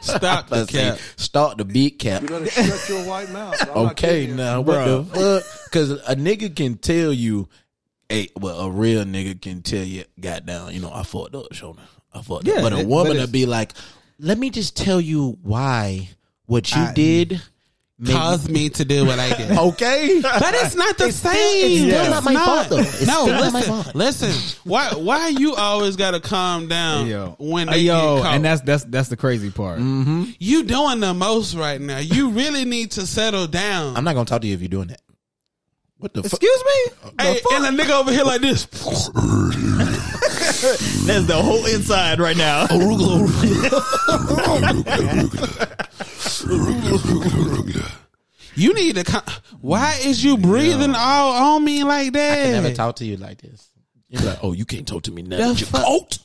S1: Stop the cap.
S3: Start the big cap.
S6: You better shut your white mouth. I'm not
S3: Okay,
S6: kidding you.
S3: now
S2: Bruh.
S3: what the fuck? Because a nigga can tell you, hey, well, a real nigga can tell you, goddamn, you know, I fucked up, Shona. I fucked
S2: Yeah,
S3: up. But
S2: it-
S3: a
S2: but
S3: woman
S2: it's-
S3: would be like, let me just tell you why what you
S2: I-
S3: did made me-
S1: caused me to do what I did.
S3: Okay,
S1: But it's not the same.
S3: it's still
S1: No,
S3: not
S1: it's
S3: my fault, though. It's
S1: no,
S3: still not my
S1: listen,
S3: fault.
S1: listen. Why? Why you always gotta calm
S2: Uh,
S1: down when they
S2: yo,
S1: get caught?
S2: and that's that's that's the crazy part.
S1: you doing the most right now. You really need to settle down.
S3: I'm not gonna talk to you if you're doing that. What the fuck?
S2: Excuse me.
S1: Hey, and a nigga over here like this.
S2: That's the whole inside right now.
S1: You need to. Con- why is you breathing all on me like that?
S3: Never talk to you like this. You're like, oh, you can't talk to me now.
S1: The
S3: that you
S1: fuck?
S3: caught.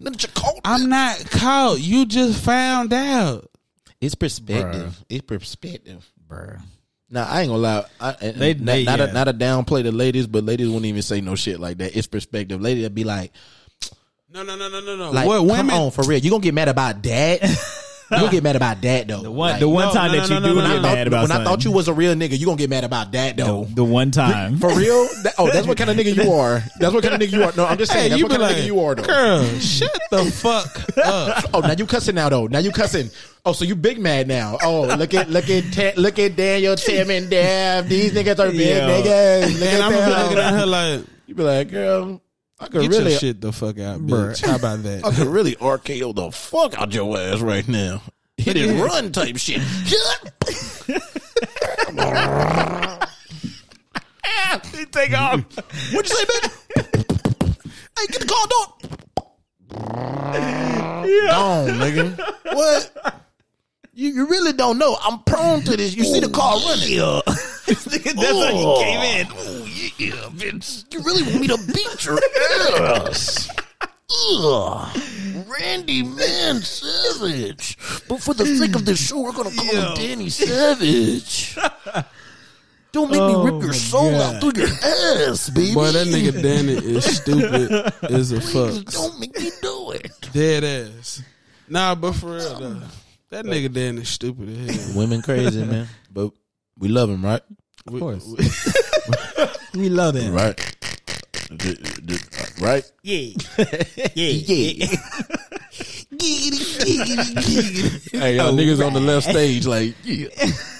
S3: Now that you caught.
S1: I'm not caught. You just found out.
S3: It's perspective. It's perspective.
S2: Bruh.
S3: Now I ain't gonna lie. I, they,
S2: They-
S3: not,
S2: they-
S3: not
S2: yeah.
S3: a, not a downplay to ladies, but ladies won't even say no shit like that. It's perspective. Lady that be like,
S1: No, no, no, no, no, no.
S4: Like,
S1: what women?
S4: come on, for real. You gonna get mad about that? you gonna get mad about that though?
S2: The one,
S4: Like,
S2: the one
S1: no,
S2: time
S1: no,
S2: that
S1: no,
S2: you
S1: no,
S2: do
S1: no,
S2: get
S1: no, no.
S2: mad about
S4: when I
S2: something.
S4: thought you was a real nigga, you gonna get mad about that though?
S2: the one time.
S4: For real? That- oh, that's what kind of nigga you are. That's what kind of nigga you are. No, I'm just saying.
S1: Hey,
S4: that's
S1: you
S4: what
S1: be
S4: kind
S1: like,
S4: of nigga you are though.
S1: girl, shut the fuck up.
S4: Oh, now you cussing now though. Now you cussing. Oh, so you big mad now. Oh, look at look at Ta- look at Daniel, Tim, and Dev. These niggas are big
S2: Yo.
S4: niggas.
S1: And
S4: Look at
S1: I'm gonna be
S4: them.
S1: looking at her like,
S4: you be like, girl, I could
S1: get
S4: really,
S1: your shit the fuck out, bitch.
S4: Bruh.
S1: How about that?
S4: I could really RKO the fuck out your ass right now. Hit and run type shit.
S2: take off.
S4: What'd you say, bitch? hey, get the car door. Gone, nigga. What? You, you really don't know. I'm prone to this. You see the car running.
S2: That's how you came in.
S4: Oh, yeah, Vince. You really want me to beat your ass? Ugh. Randy Man Savage. But for the sake of this show, we're going to call him Danny Savage. Don't make me rip your soul out through your ass, baby.
S1: Boy, that nigga Danny is stupid as a fuck.
S4: Don't make me do it.
S1: Dead ass. Nah, but for real though. That nigga Danny is stupid as hell.
S4: Women crazy, man. But we love him, right?
S1: Of course.
S2: We love that.
S4: Right. Right?
S2: Yeah. yeah.
S4: Yeah. Hey, y'all niggas on the left stage, like, yeah,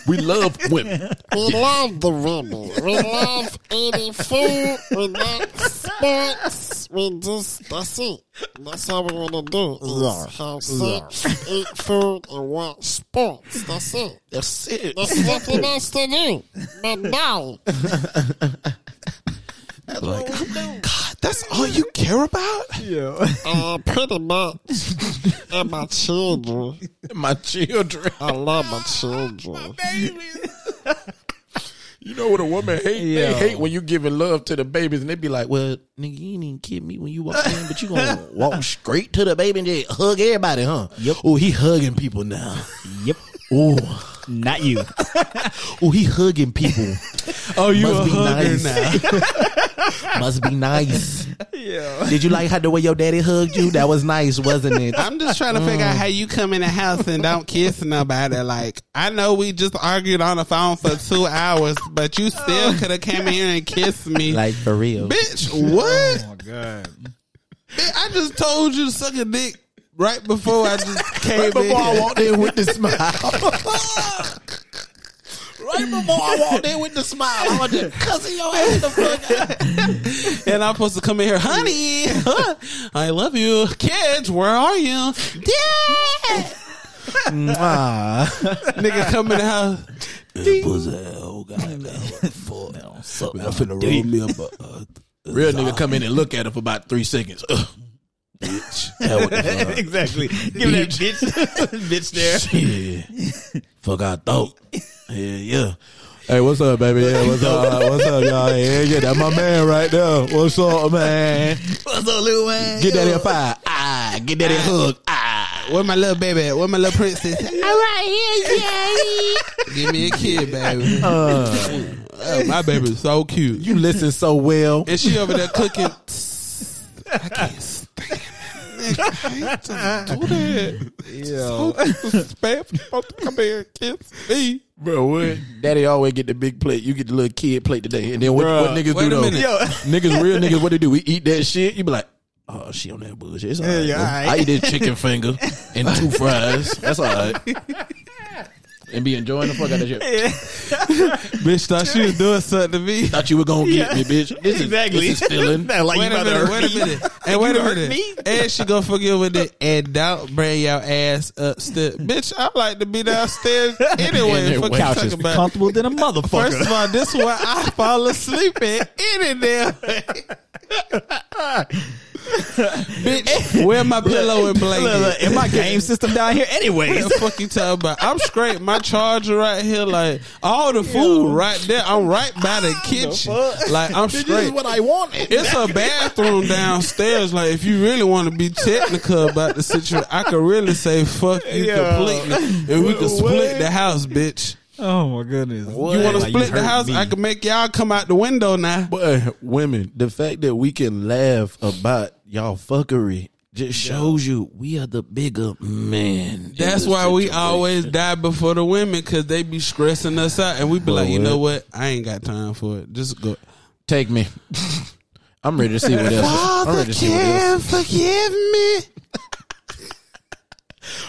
S4: we love women.
S5: We love the women. We love eating food. We love sports. We just, that's it. That's how we want to do. it. Is Have sex, eat food, and watch sports. That's it.
S4: That's it.
S5: There's nothing else to do. But now,
S1: That's all you care about?
S5: uh, pretty much, and my children.
S4: My children.
S5: I love my children.
S4: You know what a woman hate? They
S2: Yeah.
S4: hate when you giving love to the babies, and they be like, "Well, nigga, you ain't even kid me when you walk in, but you gonna walk straight to the baby and just hug everybody, huh? Yep. Oh, he hugging people now.
S2: Yep.
S4: Oh,
S2: Not you.
S4: oh, he hugging people.
S1: Oh, you
S4: Must
S1: a
S4: be
S1: hugger
S4: nice.
S1: now.
S4: Must be nice. Yeah. Did you like how the way your daddy hugged you? That was nice, wasn't it?
S1: I'm just trying to figure out how you come in the house and don't kiss nobody. Like, I know we just argued on the phone for two hours, but you still could have came in here and kissed me.
S4: Oh. Like for real.
S1: bitch, what?
S2: Oh, God.
S1: Bitch, I just told you to suck a dick right before I just came
S4: Right
S1: in.
S4: before I
S1: here.
S4: walked in with the smile. Right before I walked in with the smile, I was just cussing your ass the fuck out.
S1: And I'm supposed to come in here, honey. huh, I love you, kids. Where are you, Dad? Nigga, come in the house.
S7: Pussy, oh god, fuck. I'm finna roll me up. A, uh,
S4: Real nigga come in and look at her for about three seconds. Ugh.
S7: hell with the fuck.
S2: exactly. Give me that bitch, bitch
S7: Yeah.
S2: there.
S7: fuck I thought.
S4: Yeah, yeah. Hey, what's up, baby? Yeah, what's up? What's up, y'all? Yeah, yeah, that's my man right there. What's up, man?
S2: What's up, little man?
S4: Get that in fire. Ah, get that in hook. Ah.
S1: Where my little baby at? Where my little princess at?
S8: All right, here, Daddy.
S1: Give me a kid, baby. Oh, my baby's so cute.
S4: You listen so well.
S1: And she over there cooking. I can't stand it. Nigga, I hate to do that. So disrespectful. Supposed to come here and kiss me.
S4: Bro, what? Daddy always get the big plate. You get the little kid plate today. And then what,
S2: Bruh,
S4: what niggas
S1: wait
S4: do
S1: a
S4: though?
S1: minute. Yo.
S4: Niggas, real niggas, what they do? We eat that shit. You be like, oh, she on that bullshit. It's all right,
S2: yeah,
S4: bro.
S2: all right.
S4: I eat this chicken finger and two fries. That's all right. And be enjoying the fuck out of shit.
S1: Bitch thought she was doing something to me.
S4: Thought you were gonna get me, bitch. This is,
S2: Exactly.
S4: This is feeling.
S2: Not like
S1: wait
S2: you
S1: a
S2: about to
S1: minute,
S2: hurt
S1: wait a
S2: me.
S1: minute. And wait a
S2: hurt
S1: minute.
S2: me?
S1: And she gonna forget with it. And don't bring your ass upstairs. Bitch, I like to be downstairs anyway.
S4: And
S1: Fuck you
S4: their
S1: talking
S4: couches.
S1: about.
S2: Comfortable than a motherfucker.
S1: First of all, this is where I fall asleep at any damn way. Bitch, where my pillow and blanket?
S2: Look, look, in my game system down here anyway.
S1: What the fuck you talking about? I'm straight. My charger right here, like all the food right there. I'm right by Ah, the kitchen. Like I'm straight.
S4: This is what I wanted.
S1: It's a bathroom downstairs. Like if you really want to be technical about the situation, I could really say fuck you completely, and we could split the house, bitch.
S2: Oh my goodness.
S1: You want to
S2: Like,
S1: split the
S2: hurt
S1: house?
S2: me.
S1: I could make y'all come out the window now.
S4: But women, the fact that we can laugh about y'all fuckery just shows you we are the bigger men. in
S1: That's
S4: this
S1: why we
S4: situation.
S1: always die before the women because they be stressing us out, and we be like, you
S4: what?
S1: know what? I ain't got time for it. Just go.
S4: take me. I'm ready to see what else. I'm ready to see what else.
S1: forgive me.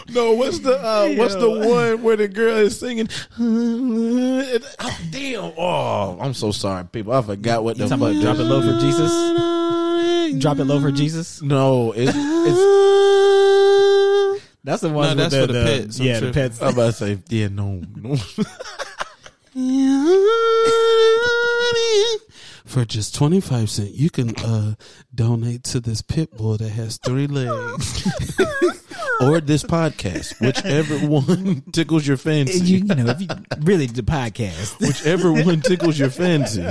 S4: No, what's the uh, what's the one where the girl is singing? oh, damn! Oh, I'm so sorry, people. I forgot what the
S2: talking about
S4: fuck.
S2: drop it low for Jesus. Drop it low for Jesus.
S4: No, it's, it's
S2: That's the
S1: No,
S2: one.
S1: that's
S2: with
S1: for the pets, I'm
S2: Yeah, the
S1: sure.
S2: pets.
S4: I'm about to say yeah, no, no.
S1: For just twenty five cent, you can uh, donate to this pit bull that has three legs.
S4: or this podcast, whichever one tickles your fancy.
S2: you, you know, if you really the podcast.
S4: Whichever one tickles your fancy.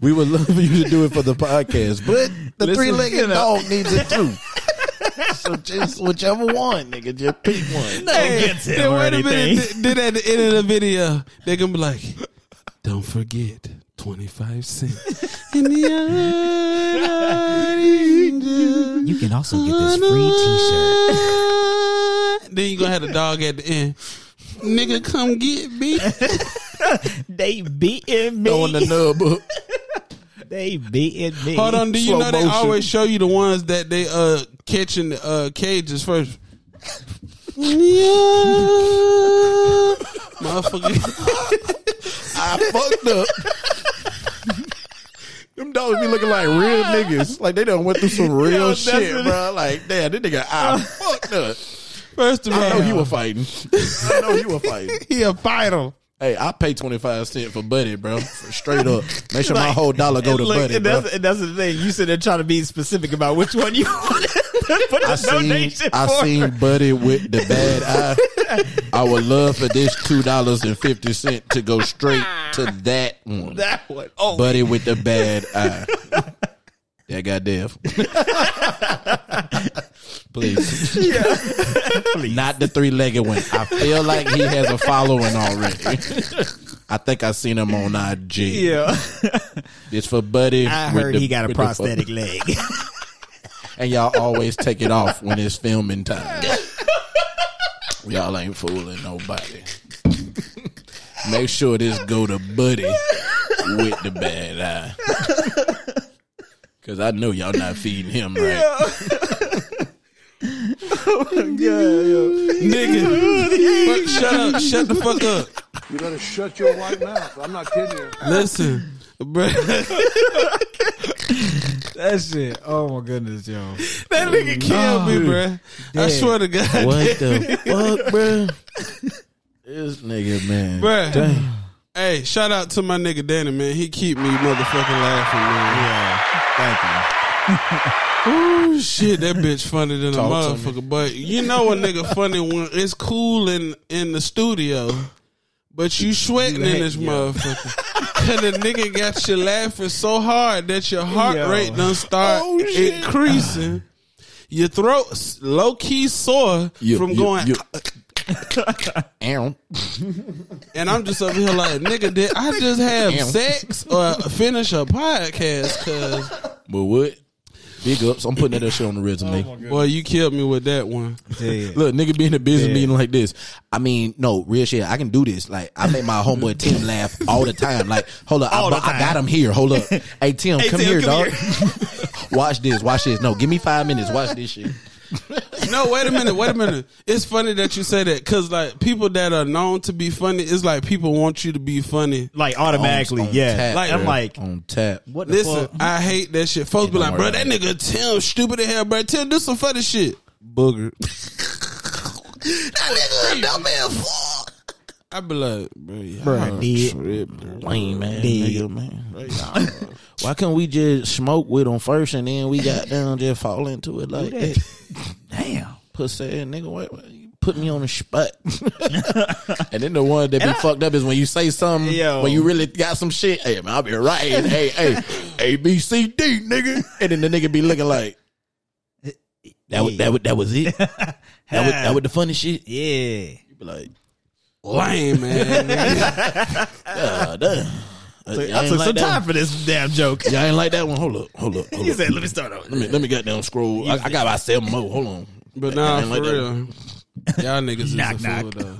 S4: We would love for you to do it for the podcast, but the
S2: Listen,
S4: three-legged
S2: you know.
S4: dog needs it too. so just whichever one, nigga, just pick one.
S2: gets him or
S1: wait a
S2: anything.
S1: minute. Th- Then at the end of the video, they gonna be like, "Don't forget twenty five cent in the eye
S2: You can also get this free T-shirt.
S1: Then you gonna have the dog at the end. Nigga, come get me.
S2: They beating
S4: Throwing the nub up.
S2: They beating me.
S1: Hold on, do you
S4: Slow
S1: know they
S4: motion.
S1: always show you the ones that they uh catching the uh cages first? yeah. Motherfucker.
S4: I fucked up. Them dogs be looking like real niggas. Like they done went through some real
S2: Yo, that's
S4: shit,
S2: what-
S4: bro. Like, damn, this nigga, I fucked up.
S1: First of all,
S4: I know you were fighting. I know you were fighting.
S1: he a vital.
S4: Hey, I pay twenty five cent for Buddy, bro. Straight up, make sure my whole dollar go to
S2: Look,
S4: Buddy,
S2: and
S4: bro.
S2: that's, and that's the thing. You sit there trying to be specific about which one you want to put
S4: I
S2: a
S4: seen,
S2: donation
S4: I
S2: for.
S4: seen Buddy with the bad eye. I would love for this two dollars and fifty cent to go straight to that one,
S2: that one. Oh,
S4: Buddy with the bad eye. That got deaf. Please, not the three legged one. I feel like he has a following already. I think I seen him on IG.
S2: yeah.
S4: It's for Buddy.
S2: I
S4: with
S2: heard
S4: the-
S2: he got a
S4: with the fuck-
S2: prosthetic leg.
S4: and y'all always take it off when it's filming time. y'all ain't fooling nobody. Make sure this go to Buddy with the bad eye. Cause I know y'all not feeding him right.
S1: Nigga. Fuck, shut up. Shut the fuck up.
S6: You better shut your white mouth. I'm not kidding you.
S1: Listen. Bro, that
S2: that shit. Oh my goodness, yo.
S1: nigga killed me, bro. I swear to God,
S4: What the fuck, bro? This nigga, man.
S1: bro.
S4: Damn.
S1: Hey, shout out to my nigga Danny, man. He keep me motherfucking laughing, man.
S2: Thank
S1: Ooh, shit, that bitch funny than a
S4: Talk to me.
S1: motherfucker. But you know a nigga funny when it's cool in in the studio, but you sweating in this motherfucker. Cause the nigga got you laughing so hard that your heart
S2: Yo.
S1: rate done start
S4: Oh,
S1: increasing. Your throat low key sore
S4: You-
S1: from
S4: you-
S1: going,
S4: you- Ow.
S1: and I'm just over here like, nigga, did I just have
S4: Damn.
S1: sex or finish a podcast? Cause
S4: But what? Big ups. I'm putting that shit on the resume.
S1: boy, you killed me with that one.
S2: you.
S4: Look, nigga be in a business
S2: Yeah.
S4: meeting like this. I mean, no, real shit. I can do this. Like, I make my homeboy Tim laugh all the time. Like, hold up, I,
S2: All the
S4: bu- I
S2: time.
S4: got him here. Hold up. Hey, Tim,
S2: Hey,
S4: come
S2: Tim,
S4: here,
S2: come
S4: dog. watch this. Watch this. No, give me five minutes. Watch this shit.
S1: No, wait a minute, wait a minute. It's funny that you say that because like people that are known to be funny, it's like people want you to be funny.
S2: Like automatically, yeah.
S4: tap,
S2: like I'm
S4: bro.
S2: like,
S4: on tap.
S2: what the
S1: Listen,
S2: fuck?
S1: I hate that shit. Folks be
S4: don't
S1: like, bro,
S4: worry
S1: that
S4: about
S1: nigga Tim stupid as hell, bro. Tim do some funny shit. Booger.
S4: That nigga, that man, fuck.
S1: I be like, bro, yeah,
S2: Bro, did-
S4: Lame,
S2: Dead.
S4: man. Nigga, man. Why can't we just smoke with them first and then we got down just fall into it like that?
S2: Damn.
S4: pussy ass nigga. Why, why you put me on the spot? and then the one that be fucked up is when you say something
S2: Yo.
S4: when you really got some shit. Hey, man, I'll be right. hey, hey, A B C D, nigga. And then the nigga be looking like that. Was, that was, that was it. That was, that was the funny shit. You
S2: Yeah.
S4: be like,
S1: lame man.
S4: God damn.
S3: I,
S2: Took-
S3: Uh, y'all
S2: I
S3: ain't
S2: took
S3: like
S2: some
S3: that
S2: time
S3: one.
S2: for this damn joke.
S3: Y'all ain't like that one. Hold up, hold up. Hold
S2: He
S3: up.
S2: said, "Let me start over."
S3: let me let me goddamn scroll. I, I got about seven more. Hold on.
S1: But
S3: Y'all
S1: nah,
S3: ain't
S1: for
S3: like that
S1: real,
S3: one.
S1: y'all niggas is
S2: Knock,
S1: a fool
S2: knock.
S1: though.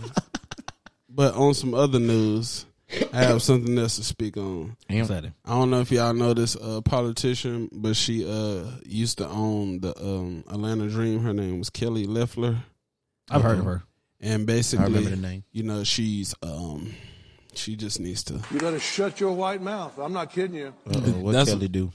S1: But on some other news, I have something else to speak on. I don't know if y'all know this uh, politician, but she uh, used to own the um, Atlanta Dream. Her name was Kelly Leffler,
S2: I've heard of her.
S1: and basically,
S3: remember the name.
S1: You know, she's um, she just needs to.
S6: You better shut your white mouth. I'm not kidding you.
S3: Uh-oh, what
S1: That's-
S3: Kelly do?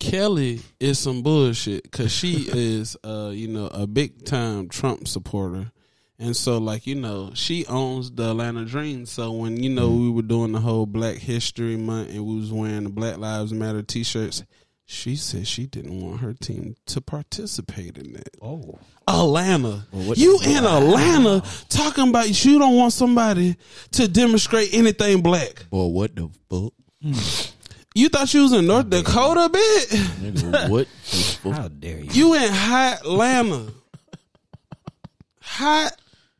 S1: Kelly is some bullshit because she is, uh, you know, a big time Trump supporter. And so, like, you know, she owns the Atlanta Dream. So when, you know, we were doing the whole Black History Month and we was wearing the Black Lives Matter t shirts, she said she didn't want her team to participate in that.
S2: Oh,
S1: Atlanta.
S3: what-
S1: you in Atlanta talking about you don't want somebody to demonstrate anything black.
S3: Boy, what the fuck?
S1: You thought you was in North Dakota, bitch?
S3: Nigga, what the fuck?
S2: how dare you?
S1: You in hot Atlanta. hot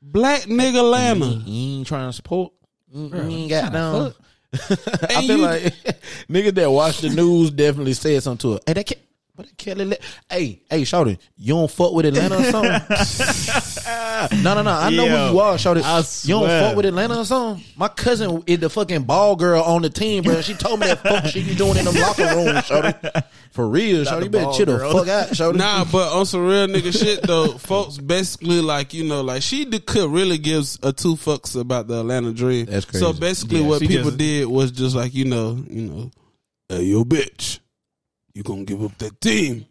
S1: black nigga Atlanta.
S3: You ain't trying to support. You ain't got
S2: Kinda
S3: no. I
S1: And
S3: feel
S1: you-
S3: like niggas that watch the news definitely said something to her. Hey, that Ke- but that Kelly. Le- hey, hey, Shorty, you don't fuck with Atlanta or something? no, no, no. I know
S2: Yo,
S3: who you are, Shorty.
S2: I
S3: You don't
S2: swear.
S3: fuck with Atlanta or something? My cousin is the fucking ball girl on the team, bro. She told me that fuck shit you doing in the locker room, Shorty. For real, Shorty. You
S2: the
S3: better
S2: ball
S3: chill the
S2: girl.
S3: fuck out, Shorty.
S1: Nah, but on some real nigga shit though, folks basically like you know, like she d- could really gives a two fucks about the Atlanta Dream.
S3: That's crazy.
S1: So basically,
S2: Yeah,
S1: what
S2: she
S1: people
S2: just-
S1: did was just like you know, you know, hey yo bitch, you gonna give up that team,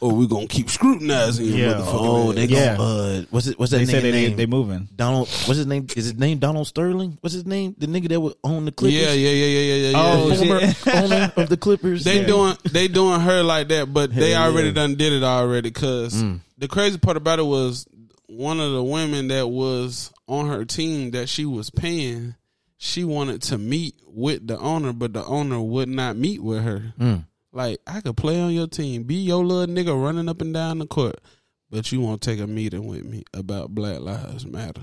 S1: or we gonna keep scrutinizing you,
S2: Yeah.
S1: motherfucker.
S3: Oh, they yeah.
S2: Yeah.
S3: uh, what's it? What's that
S2: They
S3: nigga
S2: said they,
S3: name?
S2: they moving.
S3: Donald. What's his name? Is his name Donald Sterling? What's his name? The nigga that was on the Clippers.
S1: yeah, yeah, yeah, yeah, yeah, yeah. yeah.
S2: Oh,
S3: former
S2: shit.
S3: owner of the Clippers.
S1: They
S3: Yeah.
S1: doing they doing her like that, but they
S3: Hell
S1: already
S3: yeah. Mm.
S1: done did it already. Cause the crazy part about it was one of the women that was on her team that she was paying, she wanted to meet with the owner, but the owner would not meet with her.
S3: Mm.
S1: Like I could play on your team, be your little nigga running up and down the court, but you won't take a meeting with me about Black Lives Matter.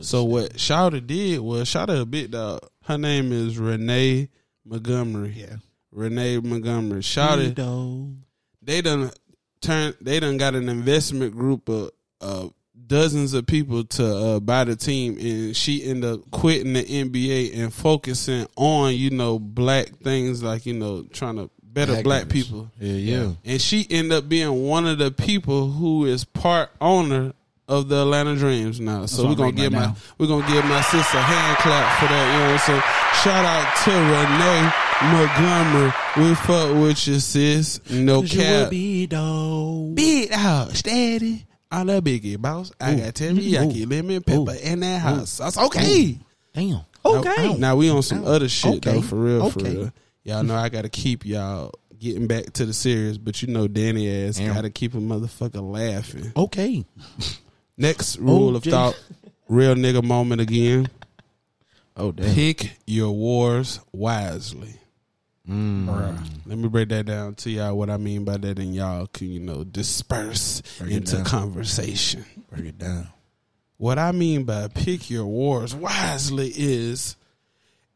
S1: So what Shouta did was Shouta a big dog. Her name is Renee Montgomery. Yeah. Renee Montgomery. Shouta they done turn they done got an investment group of uh, dozens of people to uh, buy the team and she ended up quitting the NBA and focusing on, you know, black things like, you know, trying to better black people.
S3: Yeah, yeah.
S1: And she ended up being one of the people who is part owner of the Atlanta Dreams now. So
S2: what
S1: we're
S2: I'm
S1: gonna
S2: reading
S1: give
S2: right
S1: my
S2: now.
S1: we're gonna give my sister a hand clap for that. You know what I'm saying? Shout out to Renee Montgomery. We fuck with you, sis. No cap.
S3: be dog.
S1: Big house, daddy. I love Biggie Boss. I got teriyaki, lemon pepper, and that hot sauce. Okay.
S3: Damn.
S1: Now, now we on some other shit
S3: Okay.
S1: though, for real, for
S3: Okay.
S1: real. Y'all know I gotta keep y'all getting back to the series, but you know Danny ass gotta keep a motherfucker laughing.
S3: Okay.
S1: Next rule of
S3: OJ.
S1: thought, real nigga moment again.
S3: Oh damn.
S1: Pick your wars wisely.
S3: Mm.
S1: Let me break that down to y'all what I mean by that, and y'all can, you know, disperse into conversation.
S3: Break it down.
S1: What I mean by pick your wars wisely is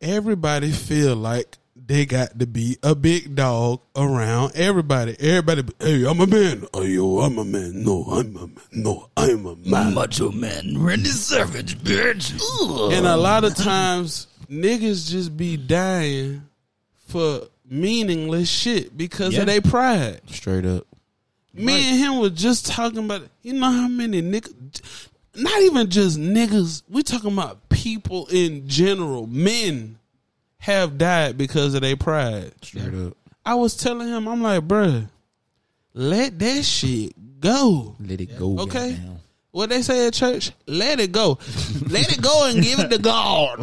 S1: everybody feel like they got to be a big dog around everybody. Everybody, be, hey, I'm a man. Oh, yo, I'm a man. No, I'm a man. No, I'm a man.
S9: Macho Man Randy Savage, bitch. Ooh.
S1: And a lot of times, niggas just be dying for meaningless shit because
S2: Yeah.
S1: of their pride.
S3: Straight up.
S1: Me and him was just talking about you know how many niggas not even just niggas, we talking about people in general. Men have died because of their pride.
S3: Straight up.
S1: I was telling him, I'm like, bruh, let that shit go.
S3: Let it go.
S1: Okay.
S3: goddamn.
S1: What they say at church, let it go. let it go and give it to God.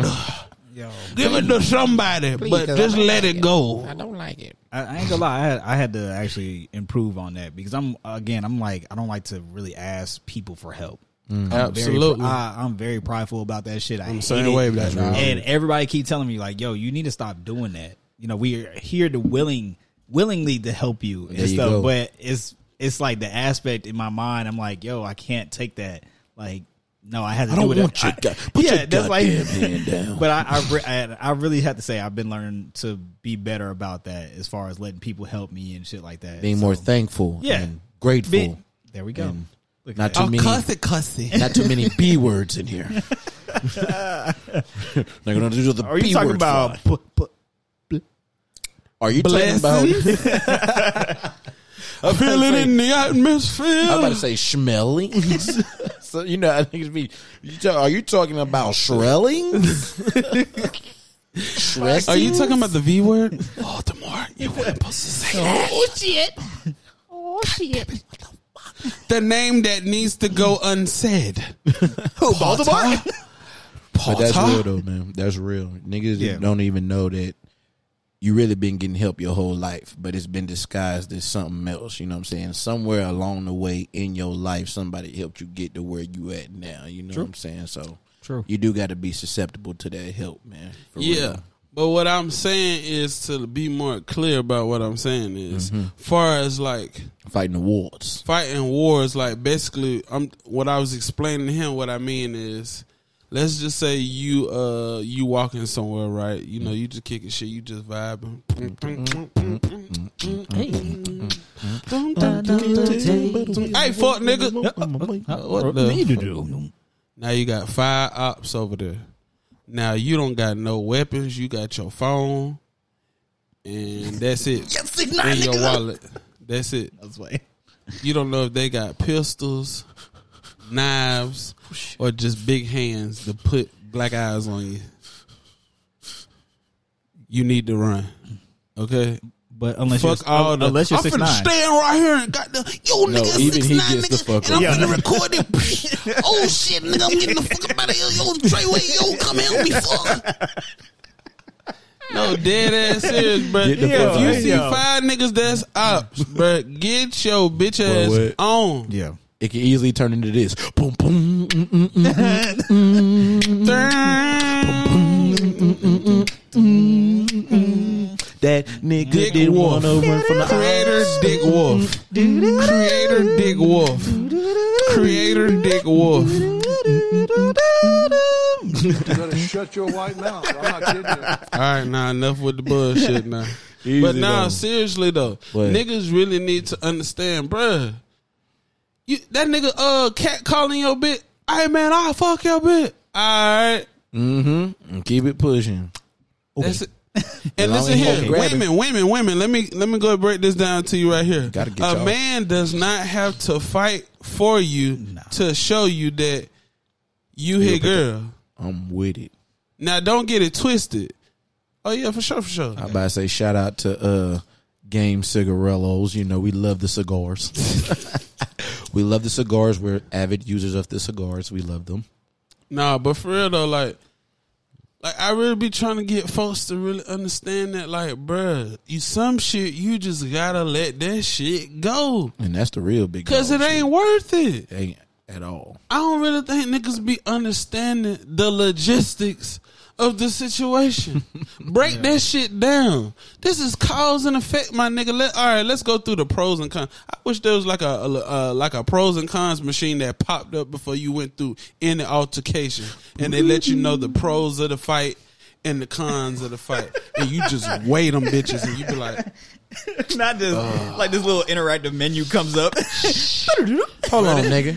S1: give it to somebody, but
S9: because
S1: just
S9: I don't
S1: let
S9: like
S1: it
S9: it.
S1: go.
S9: I don't like it.
S2: I, I ain't gonna lie, I had, I had to actually improve on that because I'm again, I'm like, I don't like to really ask people for help. I'm very-
S1: Absolutely.
S2: I, am very prideful about that shit. I am
S1: same way with that, dog.
S2: and everybody keep telling me like, "Yo, you need to stop doing that." You know, we are here to willing, willingly to help you and
S3: There you
S2: stuff.
S3: go.
S2: But it's it's like the aspect in my mind. I'm like, "Yo, I can't take that." Like, No, I had to
S3: I don't
S2: do it.
S3: want
S2: I-
S3: your god. Put
S2: yeah,
S3: your
S2: that's why-
S3: goddamn hand down.
S2: But I, I, re- I, I really have to say I've been learning to be better about that as far as letting people help me and shit like that.
S3: Being
S2: So,
S3: more thankful
S2: Yeah.
S3: and grateful.
S2: be- there we go.
S3: And
S2: Look at
S3: not
S2: that.
S3: too many,
S1: it, cuss it.
S3: not too many b words in here. They're gonna do the
S2: Oh, Are you
S3: B
S2: talking
S3: word
S2: about?
S3: fraud. Are you talking about? I'm about to
S1: Feeling
S3: say-
S1: in the atmosphere.
S3: I'm about to say schmelling. so you know, I think it'd be. You talk, are you talking about shrelling? Shrek?
S1: Are you talking about the V word? Baltimore. You weren't supposed to say that.
S5: Oh shit. Oh shit.
S1: The name that needs to go unsaid. Who, Baltimore?
S3: But that's
S1: Potter?
S3: real though, man. That's real. Niggas
S2: Yeah.
S3: don't even know that you really been getting help your whole life, but it's been disguised as something else. You know what I'm saying? Somewhere along the way in your life, somebody helped you get to where you at now. You know what I'm saying? So
S2: True.
S3: You do got to be susceptible to that help, man. For
S1: Yeah.
S3: real.
S1: But what I'm saying is to be more clear about what I'm saying is far as like
S3: fighting the wars.
S1: fighting wars, like basically I'm what I was explaining to him what I mean is let's just say you uh you walking somewhere, right? You know, you just kicking shit, you just vibing. Hey fuck nigga. What the
S2: You do.
S1: Now you got five ops over there. Now you don't got no weapons. You got your phone, and that's it. and your wallet. That's it.
S2: That's why.
S1: You don't know if they got pistols, knives, or just big hands to put black eyes on you. You need to run. Okay.
S2: But unless
S1: Fuck
S2: you're,
S1: all the.
S2: unless you're
S1: I'm
S2: six
S1: finna
S2: nine.
S1: stand right here and got the. Yo,
S3: No,
S1: nigga,
S3: even
S1: six
S3: he
S1: nigga,
S3: gets the fuck
S1: and I'm
S3: up.
S1: finna
S2: Yeah.
S1: record it.
S5: Oh shit, nigga, I'm getting the fuck up out of here. Yo, Dre, wait, yo, come help me, fuck.
S1: No, dead ass serious, bro.
S3: Get the
S1: if
S3: fuck
S1: you
S2: out.
S1: see
S2: Yo.
S1: five niggas that's ops, bro, get your bitch ass
S3: what?
S1: on.
S2: Yeah.
S3: It can easily turn into this. Boom, boom. mm, mm, mm. That nigga
S1: Dick
S3: didn't
S1: Wolf.
S3: want to run from the
S1: Creator Dick Wolf. Creator Dick Wolf. Creator Dick Wolf.
S6: You better shut your white mouth. I'm not kidding
S1: All
S6: you.
S1: right, now enough with the bullshit now.
S3: Easy,
S1: but nah,
S3: though.
S1: seriously though,
S3: What?
S1: niggas really need to understand, bruh. You that nigga uh cat calling your bitch. Hey man, I'll fuck your bitch. All right.
S3: Mm-hmm. And keep it pushing.
S1: That's it. And
S3: long
S1: listen
S3: as you
S1: here,
S3: don't grab it.
S1: women, women, women. Let me let me go break this down to you right here.
S3: Gotta get
S1: a
S3: y'all-
S1: man does not have to fight for you to show you that you his girl.
S3: I'm with it.
S1: Now don't get it twisted. Oh yeah, for sure, for sure.
S3: I'm about to say shout out to uh Game Cigarillos. You know, we love the cigars. we love the cigars. We're avid users of the cigars. We love them.
S1: Nah, but for real though, like, like I really be trying to get folks to really understand that, like, bruh, you some shit you just gotta let that shit go
S3: And that's the real big
S1: because
S3: dog
S1: it ain't worth it.
S3: shit. ain't at all.
S1: I don't really think niggas be understanding the logistics of the situation. Break that shit down. This is cause and effect, my nigga. Let, all right, let's go through the pros and cons. I wish there was like a, a- uh, like a pros and cons machine that popped up before you went through any altercation, and they let you know the pros of the fight and the cons of the fight, and you just weigh them bitches, and you be like,
S2: Not just like this little interactive menu comes up.
S3: Hold on, nigga.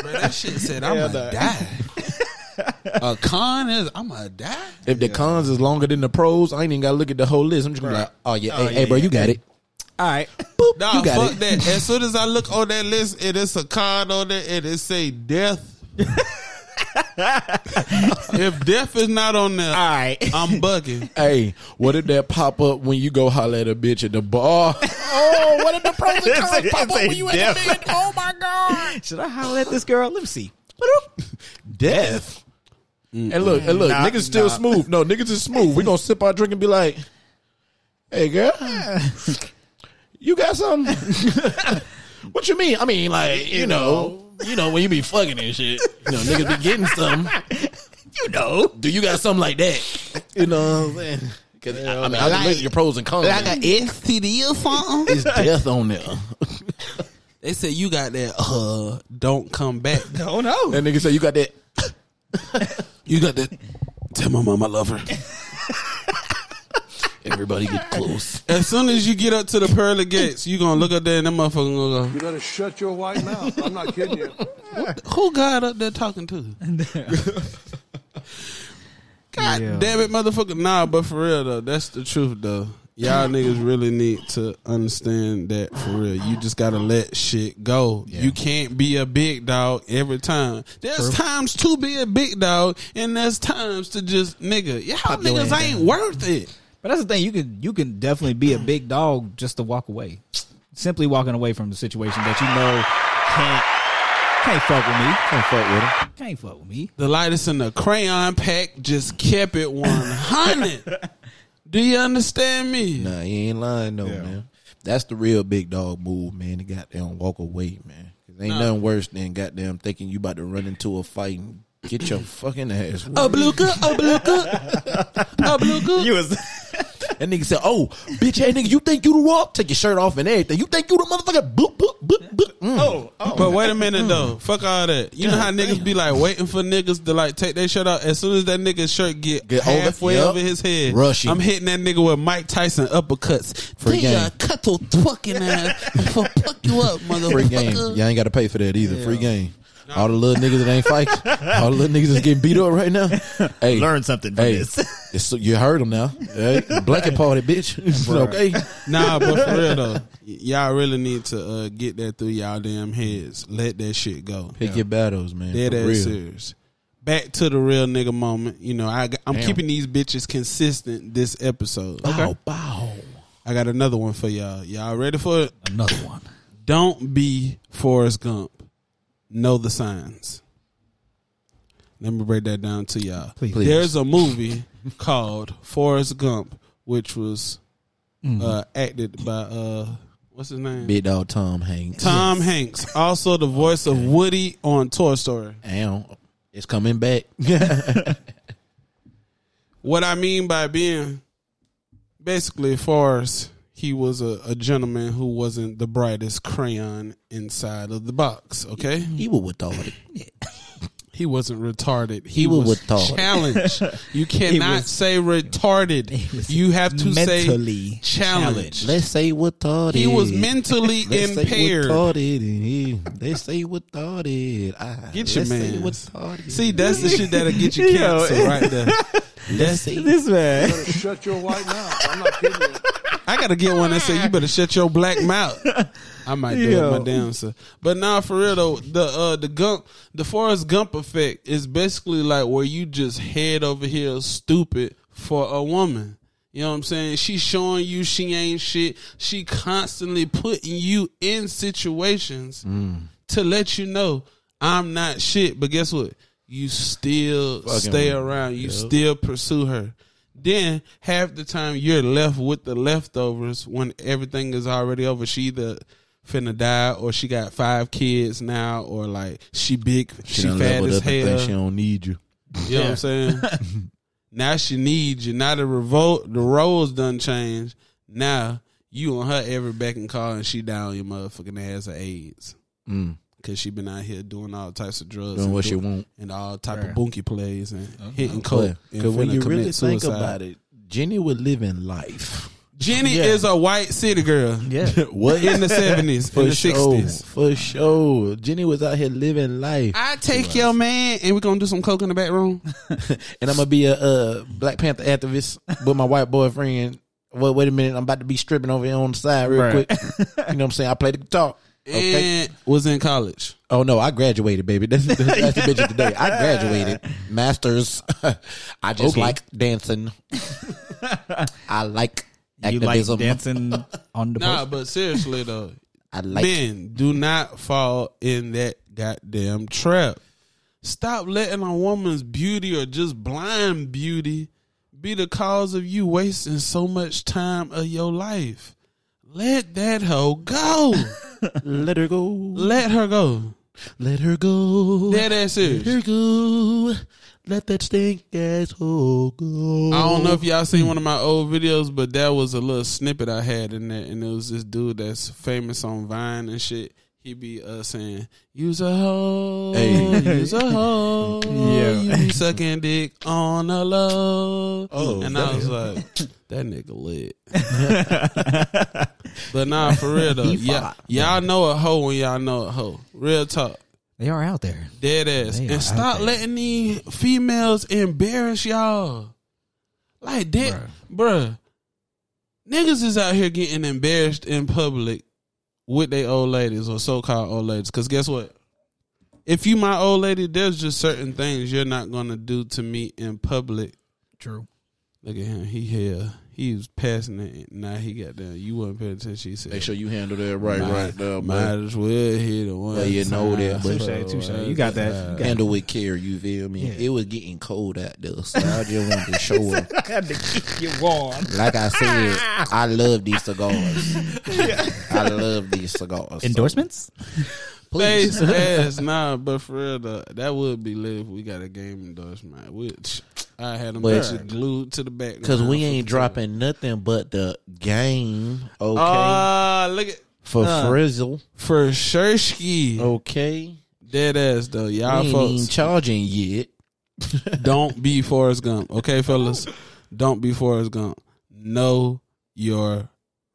S1: "Bro, that shit said I'm gonna die." A con is I'm gonna die.
S3: If the cons is longer than the pros, I ain't even gotta look at the whole list. I'm just gonna be like, oh yeah, hey, hey, bro, you got it.
S2: All right.
S3: Boop,
S1: Nah,
S3: you got
S1: fuck
S3: it.
S1: that. As soon as I look on that list, it is a card on there, and it say death. if death is not on there,
S2: All right.
S1: I'm bugging.
S3: Hey, what did that pop up when you go holler at a bitch at the bar? oh, what did the pros and
S2: It's a-
S3: cons pop
S2: it's
S3: up
S2: a
S3: when you at the
S2: death.
S3: bed? Oh my god.
S2: Should I holler at this girl? Let me see.
S3: death. And look, and look,
S2: Nah,
S3: niggas still
S2: nah.
S3: smooth. No, niggas is smooth. We gonna sip our drink and be like, "Hey, girl, you got something?" what you mean? I mean, like you, know, you know when you be fucking and shit, you know, niggas be getting something. you know, do you got something like that? You know what I'm saying? 'Cause I, I mean, I can look at your pros and cons.
S5: STD or something?
S3: It's death on there.
S1: They said you got that uh don't come back.
S2: Oh no.
S3: That nigga said you got that.
S1: You got that
S4: Tell my mom I love her.
S3: Everybody get close.
S1: as soon as you get up to the pearly gates, you gonna look up there and that motherfucker gonna
S6: You better shut your white mouth. I'm not kidding you.
S1: go, Who God up there talking to? God
S2: Yeah.
S1: damn it, motherfucker. Nah, but for real though, that's the truth though. Y'all niggas really need to understand that for real. You just gotta let shit go. You can't be a big dog every time. There's times to be a big dog, and there's times to just nigga. Y'all
S2: your
S1: niggas
S2: ass
S1: ain't worth it.
S2: But that's the thing. You can you can definitely be a big dog just to walk away. Simply walking away from the situation that you know can't can't fuck with me. Can't fuck with him. Can't fuck with me.
S1: The lightest in the crayon pack just kept it one hundred. Do you understand me?
S3: Nah, he ain't lying no man. That's the real big dog move, man. To goddamn walk away, man. 'Cause ain't nothing worse than goddamn thinking you about to run into a fight and get your fucking ass. whooped.
S1: Abluka, abluka, abluka.
S2: You was
S3: That nigga said, "Oh, bitch, hey nigga, you think you the walk? Take your shirt off and everything. You think you the motherfucker? Boop, boop, boop, boop. Mm.
S2: oh oh
S1: But wait a minute though. Fuck all that. You know how niggas be like waiting for niggas to like take their shirt out. As soon as that nigga's shirt get,
S3: Get over,
S1: halfway
S3: yup.
S1: over his head,
S3: Rush him.
S1: I'm hitting that nigga with Mike Tyson uppercuts.
S3: Free
S1: Free
S3: game.
S1: cut your fucking ass. I'm gonna fuck you up,
S3: Free game.
S1: motherfucker.
S3: Y'all ain't got to pay for that either. Free game. All the little niggas that ain't fighting, all the little niggas that's getting beat up right now. Hey,
S2: learn something from
S3: Hey,
S2: this.
S3: it's, you heard him now. Hey, blanket party, bitch. It's okay.
S1: Nah, but for real though, y- y'all really need to uh, get that through y'all damn heads. Let that shit go.
S3: Pick your battles, man.
S1: Dead
S3: for
S1: ass
S3: real.
S1: serious. Back to the real nigga moment. You know, I, got- I'm keeping these bitches consistent this episode.
S3: Bow, bow.
S1: I got another one for y'all. Y'all ready for it?
S2: Another one.
S1: Don't be Forrest Gump. Know the signs. Let me break that down to y'all.
S2: Please.
S1: There's a movie called Forrest Gump, which was uh, acted by uh, what's his name?
S3: Mm-hmm. Big dog Tom Hanks.
S1: Tom Hanks, also the voice of Woody on Toy Story.
S3: Ow. It's coming back.
S1: What I mean by being basically Forrest, he was a, a gentleman who wasn't the brightest crayon inside of the box. Okay,
S3: He was retarded.
S1: he wasn't retarded. He,
S3: was
S1: was,
S3: retarded.
S1: challenged. You cannot
S2: was-
S1: say retarded. You have to say
S2: mentally
S1: challenged.
S3: Let's say retarded.
S1: He was mentally
S3: Let's Say
S1: impaired.
S3: retarded. and he- They say retarded. Ah,
S1: Get your
S3: let's say
S1: man.
S3: retarded.
S1: See, that's the shit that'll get you
S2: Yo.
S1: cancer right there.
S3: let's say
S2: This man.
S6: Better shut your white mouth. I'm not kidding you.
S1: I gotta get one that say you better shut your black mouth. I might do
S2: Yo.
S1: it my damn self. But nah, for real though, the uh the gump the Forrest Gump effect is basically like where you just head over here stupid for a woman. You know what I'm saying? She's showing you she ain't shit. She constantly putting you in situations to let you know I'm not shit. But guess what? You still stay around. You still pursue her. Then half the time you're left with the leftovers when everything is already over. She either finna die or she got five kids now or like she big she,
S3: done
S1: fat
S3: leveled
S1: as
S3: up and
S1: hell.
S3: think She don't need you.
S1: You know what I'm saying? now she needs you. Now the revolt, the roles done changed. Now you on her every beck and call, and she down your motherfucking ass of AIDS.
S3: Mm.
S1: Cause she been out here doing all types of drugs,
S3: Doing
S1: and
S3: what she
S1: doing-
S3: want.
S1: and all type
S2: Bruh.
S1: of bunkie plays and hitting
S3: Because
S1: coke. and
S3: when
S1: finna
S3: you
S1: commit
S3: really think
S1: suicide.
S3: about it, Jenny was living life.
S1: Jenny
S2: Yeah.
S1: is a white city girl
S2: Yeah.
S3: What
S1: in the seventies, in
S3: for
S1: the
S3: sure?
S1: sixties.
S3: For sure, Jenny was out here living life,
S1: I take your man, and we gonna do some coke in the back room.
S3: and I'm gonna be a uh, Black Panther activist with my white boyfriend. Well, wait a minute, I'm about to be stripping over here on the side real
S2: Right.
S3: quick. You know what I'm saying? I play the guitar. Okay.
S1: And was in college.
S3: Oh no, I graduated, baby. That's, that's the bitch of the day. I graduated, masters. I just
S2: Okay.
S3: like dancing. I like
S2: You like
S3: activism.
S2: dancing on the
S1: Nah,
S2: post?
S1: but seriously though,
S3: I like.
S1: men do not fall in that goddamn trap. Stop letting a woman's beauty or just blind beauty be the cause of you wasting so much time of your life. Let that hoe go.
S3: Let her go.
S1: Let her go.
S3: Let her go.
S1: Dead ass serious.
S3: Here go. Let that stink asshole go.
S1: I don't know if y'all seen one of my old videos, but that was a little snippet I had in there, and it was this dude that's famous on Vine and shit. He be uh saying, "Use a hoe,
S3: Hey.
S1: use a hoe,
S2: Yeah.
S1: you sucking dick on the low."
S3: Oh,
S1: and I was like, "That nigga lit." but nah, for real though, yeah, y'all know a hoe when y'all know a hoe. Real talk.
S2: They are out there.
S1: Dead ass.
S2: They are
S1: and stop
S2: out there.
S1: letting these females embarrass y'all. Like that, bruh. Niggas is out here getting embarrassed in public with they old ladies or so called old ladies. Cause guess what? If you my old lady, there's just certain things you're not gonna do to me in public.
S2: True.
S1: Look at him. He here. He was passing it. Now he got down. You wasn't paying attention. She said,
S3: Make sure you handle that right,
S1: might,
S3: right there,
S1: might
S3: man.
S1: as well hit it one.
S3: Well, you know
S1: time.
S3: that, but-
S2: Touche, touche. You got that. You
S3: Handle with care, you feel me?
S2: Yeah.
S3: It was getting cold out there, so I just wanted to show up.
S2: got had to keep you warm.
S3: Like I said, I love these cigars. I love these cigars.
S2: Endorsements?
S3: Please.
S1: Face ass, nah, but for real though, that would be lit if we got a game endorsement, which I had them
S3: But-
S1: bitches glued to the back.
S3: Cause we ain't dropping nothing but the game, okay?
S1: Ah, look at
S3: for Frizzle,
S1: for Shersky.
S3: okay?
S1: Dead ass though,
S3: I
S1: y'all
S3: Oh. ain't even
S1: folks
S3: charging yet.
S1: don't be Forrest Gump, okay, fellas? Don't be Forrest Gump. Know your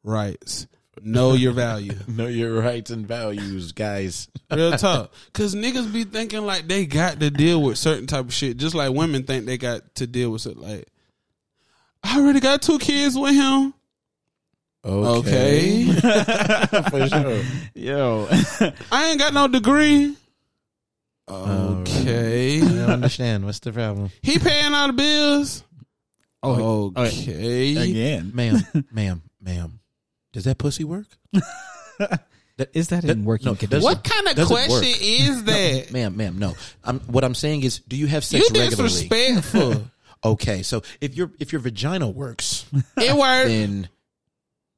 S1: rights. Know your value.
S3: Know your rights and values, guys.
S1: Real talk. Cause niggas be thinking like they got to deal with certain type of shit. Just like women think they got to deal with it. Like, I already got two kids with him. Okay.
S3: for sure.
S2: Yo.
S1: I ain't got no degree. Okay.
S3: I don't understand. What's the problem,
S1: He paying all the bills.
S2: Oh, okay.
S1: Okay.
S2: Again.
S3: ma'am? Ma'am, ma'am. Does that pussy work?
S2: Is that in working
S3: no,
S2: condition?
S3: doesn't-
S1: What kind of
S3: Doesn't work.
S1: question is that?
S3: Ma'am, ma'am, no. I'm, what I'm saying is, do you have sex
S1: you
S3: regularly?
S1: disrespectful.
S3: Okay, so if your if your vagina works,
S1: it worked.
S3: then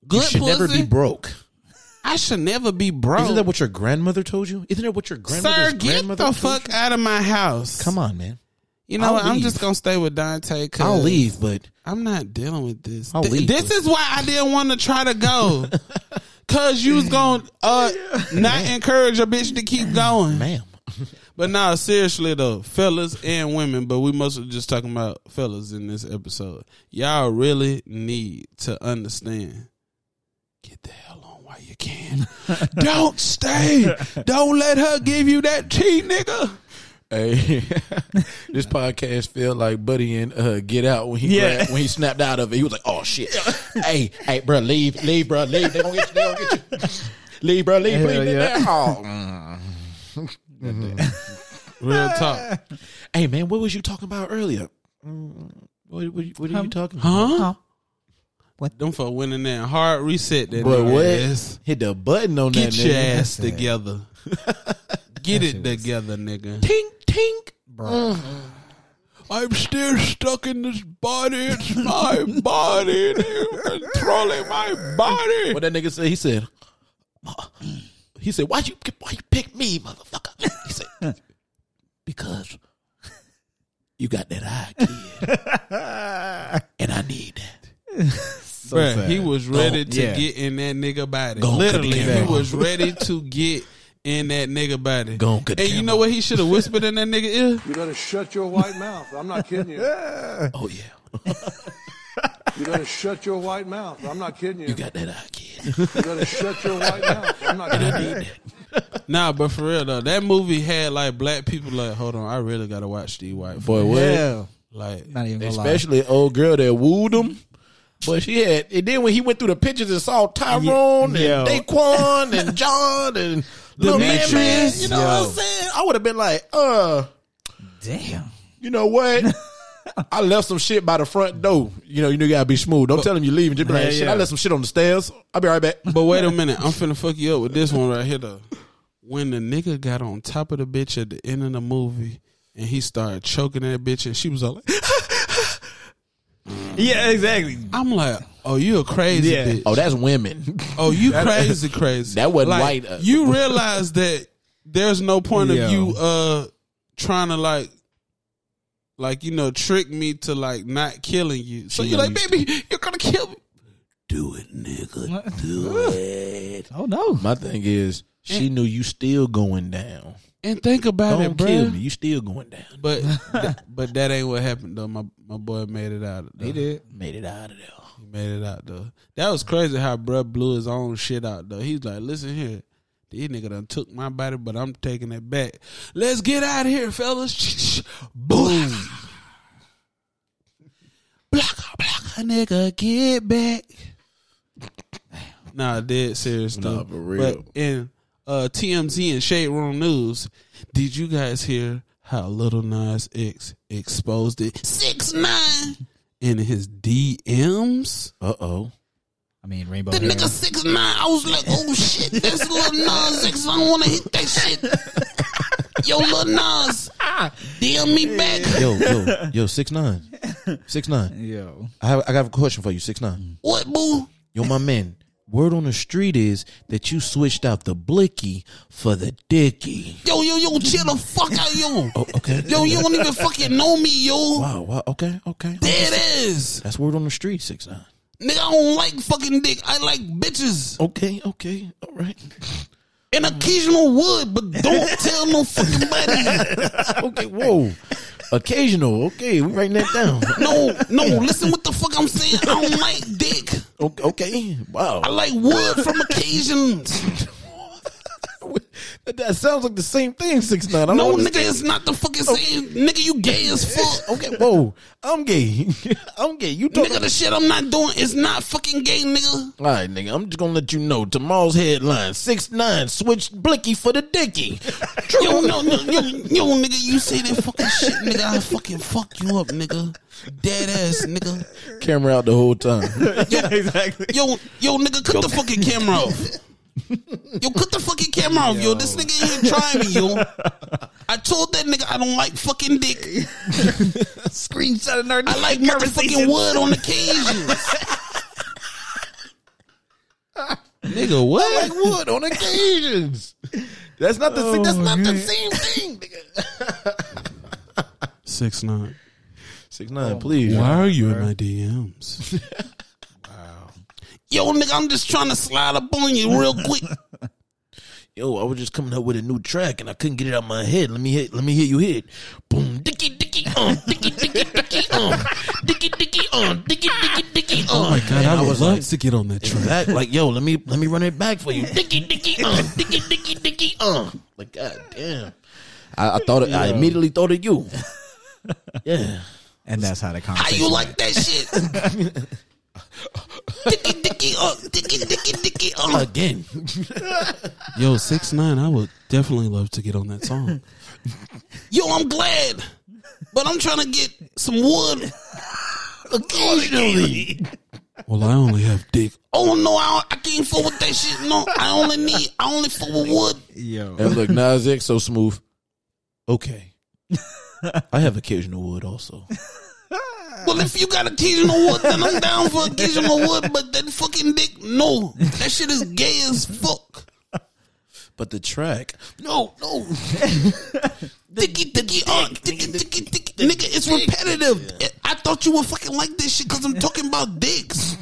S3: you
S1: Good
S3: should never be
S1: pussy.
S3: broke.
S1: I should never be broke.
S3: Isn't that what your grandmother told you? Isn't that what your grandmother's
S1: Sir, get
S3: grandmother
S1: the
S3: told
S1: fuck
S3: you?
S1: out of my house.
S3: Come on, man.
S1: You know
S3: I'll
S1: what? I'm
S3: leave.
S1: just gonna stay with Dante. Cause
S3: I'll leave, but
S1: I'm not dealing with this.
S3: I'll
S1: Th-
S3: leave.
S1: This is why I didn't want to try to go. Cause you was gonna uh, not encourage a bitch to keep going.
S3: ma'am,
S1: But nah, seriously though, fellas and women, but we mostly just talking about fellas in this episode. Y'all really need to understand. Get the hell on while you can. Don't stay. Don't let her give you that tea, nigga.
S3: hey, this podcast felt like Buddy and uh, Get Out when he
S2: Yeah.
S3: grabbed- when he snapped out of it. He was like, "Oh shit, hey, hey, bro, leave, leave, bro, leave. They gonna get you. They gonna get you. Leave, bro, leave,
S2: Hell
S3: leave. leave.
S2: yeah.
S3: Oh, mm.
S1: Mm-hmm. Real talk.
S3: Hey, man, what was you talking about earlier? Mm, What, what, what are you talking about?
S1: Huh? Them for winning that hard reset that
S3: Bro,
S1: nigga
S3: what?
S1: ass.
S3: Hit the button on
S1: Get
S3: that
S1: your
S3: nigga.
S1: ass together. Get it together, nigga. Mm-hmm.
S3: Tink, tink.
S1: I'm still stuck in this body. It's my body. They're controlling my body.
S3: What that nigga said? He said, he said, why you why you pick me, motherfucker? He said, because you got that eye, kid, and I need that.
S1: Bruh, he was ready to
S2: yeah.
S1: get in that nigga body.
S3: Go on,
S1: Literally,
S3: cut the
S1: he
S3: camera.
S1: was ready to get in that nigga body.
S3: Go on, cut the
S1: and you
S3: camera.
S1: know what? He should have whispered in that nigga ear.
S6: You better shut your white mouth. I'm not kidding you.
S3: Oh yeah,
S6: You better shut your white mouth. I'm not kidding you.
S3: you
S6: You
S3: got that eye, kid.
S6: better shut your white mouth. I'm not kidding you.
S1: Nah, but for real though, that movie had like black people like, hold on, I really gotta watch these white. folks.
S3: Boy, what?
S2: Yeah.
S1: Like,
S2: Not even gonna lie.
S3: Especially old girl that wooed him. But she had, and then when he went through the pictures and saw Tyrone
S2: Yo.
S3: and Daquan and John and little man, man,
S2: Demetrius.
S3: you know what
S2: Yo.
S3: I'm saying? I would have been like, uh.
S2: Damn.
S3: you know what? I left some shit by the front door. You know, you, know, you gotta be smooth. Don't tell him you leaving. Just be like,
S2: Yeah,
S3: shit,
S2: yeah.
S3: I left some shit on the stairs. I'll be right back.
S1: But wait a minute, I'm finna fuck you up with this one right here though. When the nigga got on top of the bitch at the end of the movie and he started choking that bitch and she was all like,
S2: Yeah, exactly.
S1: I'm like, oh you a crazy
S2: Yeah.
S1: bitch.
S3: Oh, that's women.
S1: Oh you crazy crazy.
S3: That wasn't
S1: like,
S3: white, uh,
S1: you realize that there's no point
S2: Yo.
S1: of you uh trying to like like you know trick me to like not killing you. So you're like, baby, you're gonna kill me.
S4: Do it, nigga. Do it.
S2: Oh no.
S3: My thing is,
S1: Mm.
S3: she knew you still going down.
S1: And think about
S3: Don't
S1: it, bro.
S3: kill me. You still going down.
S1: But th- but that ain't what happened though. My my boy made it out. He did.
S3: Made it out of there.
S1: He made it out though. That was crazy how bruh blew his own shit out though. He's like, listen here. These nigga done took my body, but I'm taking it back. Let's get out of here, fellas. Boom. Blocka, blocka, nigga, get back. Nah, dead serious
S3: Nah,
S1: though.
S3: for real.
S1: But in uh, TMZ and Shade Room News, did you guys hear how Little Nas X exposed it? Six nine in his DMs.
S3: Uh oh.
S2: I mean, Rainbow.
S5: The nigga six nine. I was like, oh shit, that's little Nas X. I don't want to hit that shit. Yo, little Nas, DM me back.
S3: Yo, yo, yo, six nine. Six nine.
S2: Yo.
S3: I have I got a question for you, six nine.
S5: What, boo?
S3: Yo, my man, word on the street is that you switched out the blicky for the dicky.
S5: Yo, yo, yo, chill the fuck out, yo.
S3: Oh, okay.
S5: Yo, you don't even fucking know me, yo.
S3: Wow, wow, okay, okay.
S5: There it is.
S3: That's word on the street, six nine.
S5: Nigga, I don't like fucking dick. I like bitches.
S3: Okay, okay, all right.
S5: An occasional would, but don't tell no fucking buddy.
S3: Okay, whoa. Occasional, okay, we writing that down.
S5: No, no, listen what the fuck I'm saying. I don't like dick.
S3: O- Okay,
S5: I
S3: wow.
S5: like wood from occasions.
S3: That, that sounds like the same thing, six nine. I
S5: No,
S3: don't
S5: nigga, it's not the fucking same. Nigga, you gay as fuck.
S3: Okay, whoa. I'm gay. I'm gay. You talking
S5: Nigga, the shit I'm not doing is not fucking gay, nigga.
S3: All right, nigga. I'm just gonna let you know tomorrow's headline: six nine switched blicky for the dicky.
S5: Yo, no, no, yo, yo, nigga, you say that fucking shit, nigga, I fucking fuck you up, nigga. Dead ass, nigga.
S3: Camera out the whole time.
S2: exactly.
S5: Yo, yo, nigga, cut the fucking camera off. Yo, cut the fucking camera off, yo. This nigga ain't even trying me, yo. I told that nigga I don't like fucking dick.
S2: Screenshot of our
S5: I like motherfucking wood on occasion.
S1: Nigga, what?
S3: like wood on occasions. That's not the. that's not
S1: Oh,
S3: the same thing, nigga.
S1: Six nine.
S3: Six nine, please.
S1: Why are you in my DMs?
S5: Yo, nigga, I'm just trying to slide up on you real quick.
S3: Yo, I was just coming up with a new track and I couldn't get it out my head. Let me hit. Let me hear you hit. Boom, dicky, dicky, um, dicky, dicky, dicky, um, dicky, dicky, um, dicky, dicky, dicky, um. Oh my
S1: God, I would love
S3: like,
S1: to get on that track.
S3: back, like, yo, let me let me run it back for you. um,
S5: Dicky, dicky, uh, dicky, dicky, dicky, uh.
S3: Like, god damn. I, I thought it, I immediately thought of you. yeah.
S2: And that's how the
S5: How
S2: conversation.
S5: you like that shit? dicky, dicky, uh, dicky, dicky, dicky, uh.
S3: Again.
S1: Yo, six nine. I would definitely love to get on that song.
S5: Yo, I'm glad, but I'm trying to get some wood occasionally.
S1: Well, I only have dick.
S5: Oh no, I, I can't fool with that shit. No, I only need, I only fool with wood.
S2: Yo.
S3: And look, Nas X so smooth. Okay. I have occasional wood also.
S5: Well, if you got occasional wood, then I'm down for occasional wood. But that fucking dick, no, that shit is gay as fuck.
S3: But the track
S5: No, no. Dicky, dicky, on. Dicky, dicky, dicky. Nigga, it's repetitive. I thought you would fucking like this shit because I'm talking about dicks.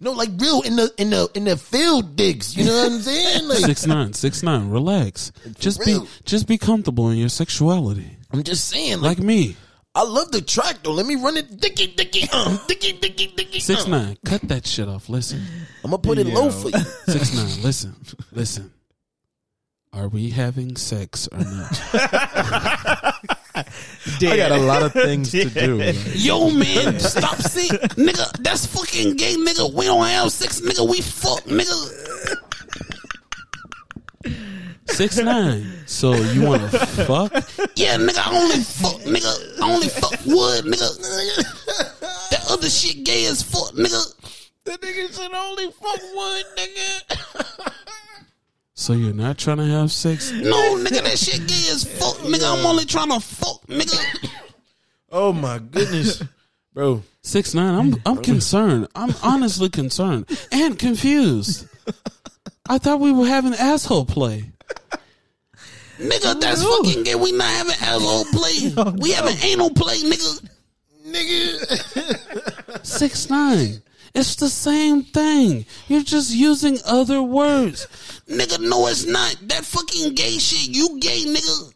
S3: No, like real in the in the in the field digs, you know what I'm saying? Like
S1: Six nine, six nine. Relax. Just be, just be comfortable in your sexuality,
S3: I'm just saying,
S1: like
S3: like
S1: me.
S3: I love the track though. Let me run it dicky dicky um dicky dicky dicky
S1: Six
S3: um.
S1: nine. Cut that shit off. Listen,
S3: I'm gonna put it low for you.
S1: six nine. Listen, listen. Are we having sex or not?
S3: I got a lot of things to do.
S5: Yo, man, stop saying, nigga, that's fucking gay, nigga. We don't have sex, nigga. We fuck, nigga.
S1: Six nine. So you want to fuck?
S5: Yeah, nigga, I only fuck, nigga. I only fuck wood, nigga. That other shit gay as fuck, nigga.
S3: That nigga should only fuck one nigga.
S1: So you're not trying to have sex?
S5: No, nigga, that shit gay as fuck, nigga. I'm only trying to fuck, nigga.
S3: oh my goodness, bro.
S1: Six nine. I'm I'm concerned. I'm honestly concerned and confused. I thought we were having asshole play.
S5: Nigga, that's fucking gay. We not having asshole play.
S3: Oh,
S5: We having anal play, nigga.
S1: Six nine. It's the same thing. You're just using other words. nigga, no, it's not. That fucking gay shit. You gay, nigga.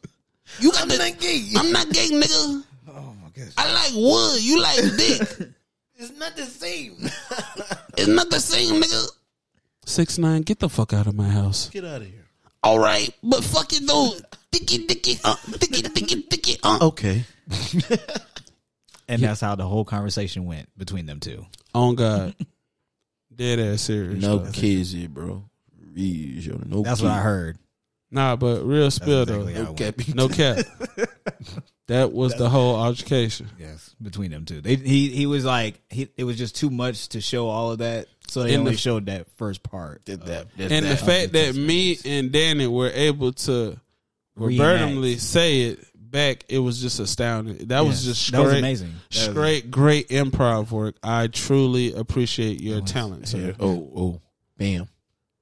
S1: You got I'm not gay. I'm not gay, nigga. Oh my gosh. I like wood. You like dick.
S5: It's not the same.
S1: it's not the same, nigga. Six nine, get the fuck out of my house.
S5: Get out of here.
S1: All right, but fuck it though. Dicky, dicky, uh, dicky, dicky, dicky, uh.
S10: Oh,
S4: Okay.
S2: And that's how the whole conversation went between them two.
S1: Oh,
S11: On God. Dead ass serious.
S4: No
S11: though.
S4: kids here, bro. Real, yo, No
S2: That's
S4: kids.
S2: what I heard.
S11: Nah, but real spill
S2: That's exactly
S11: though.
S2: how it went.
S11: No cap. that was the whole altercation.
S2: Yes, between them two, they, he he was like he. It was just too much to show all of that, so they
S11: In the-
S2: only showed that first part.
S4: Did that. Did
S11: And the
S4: that.
S11: fact that me and Danny were able to
S2: Reenact.
S11: verbatimly say it back, it was just astounding. That was
S2: Yes,
S11: just straight,
S2: that was amazing. That was-
S11: straight, great improv work. I truly appreciate your talent, sir.
S4: Oh, oh, bam,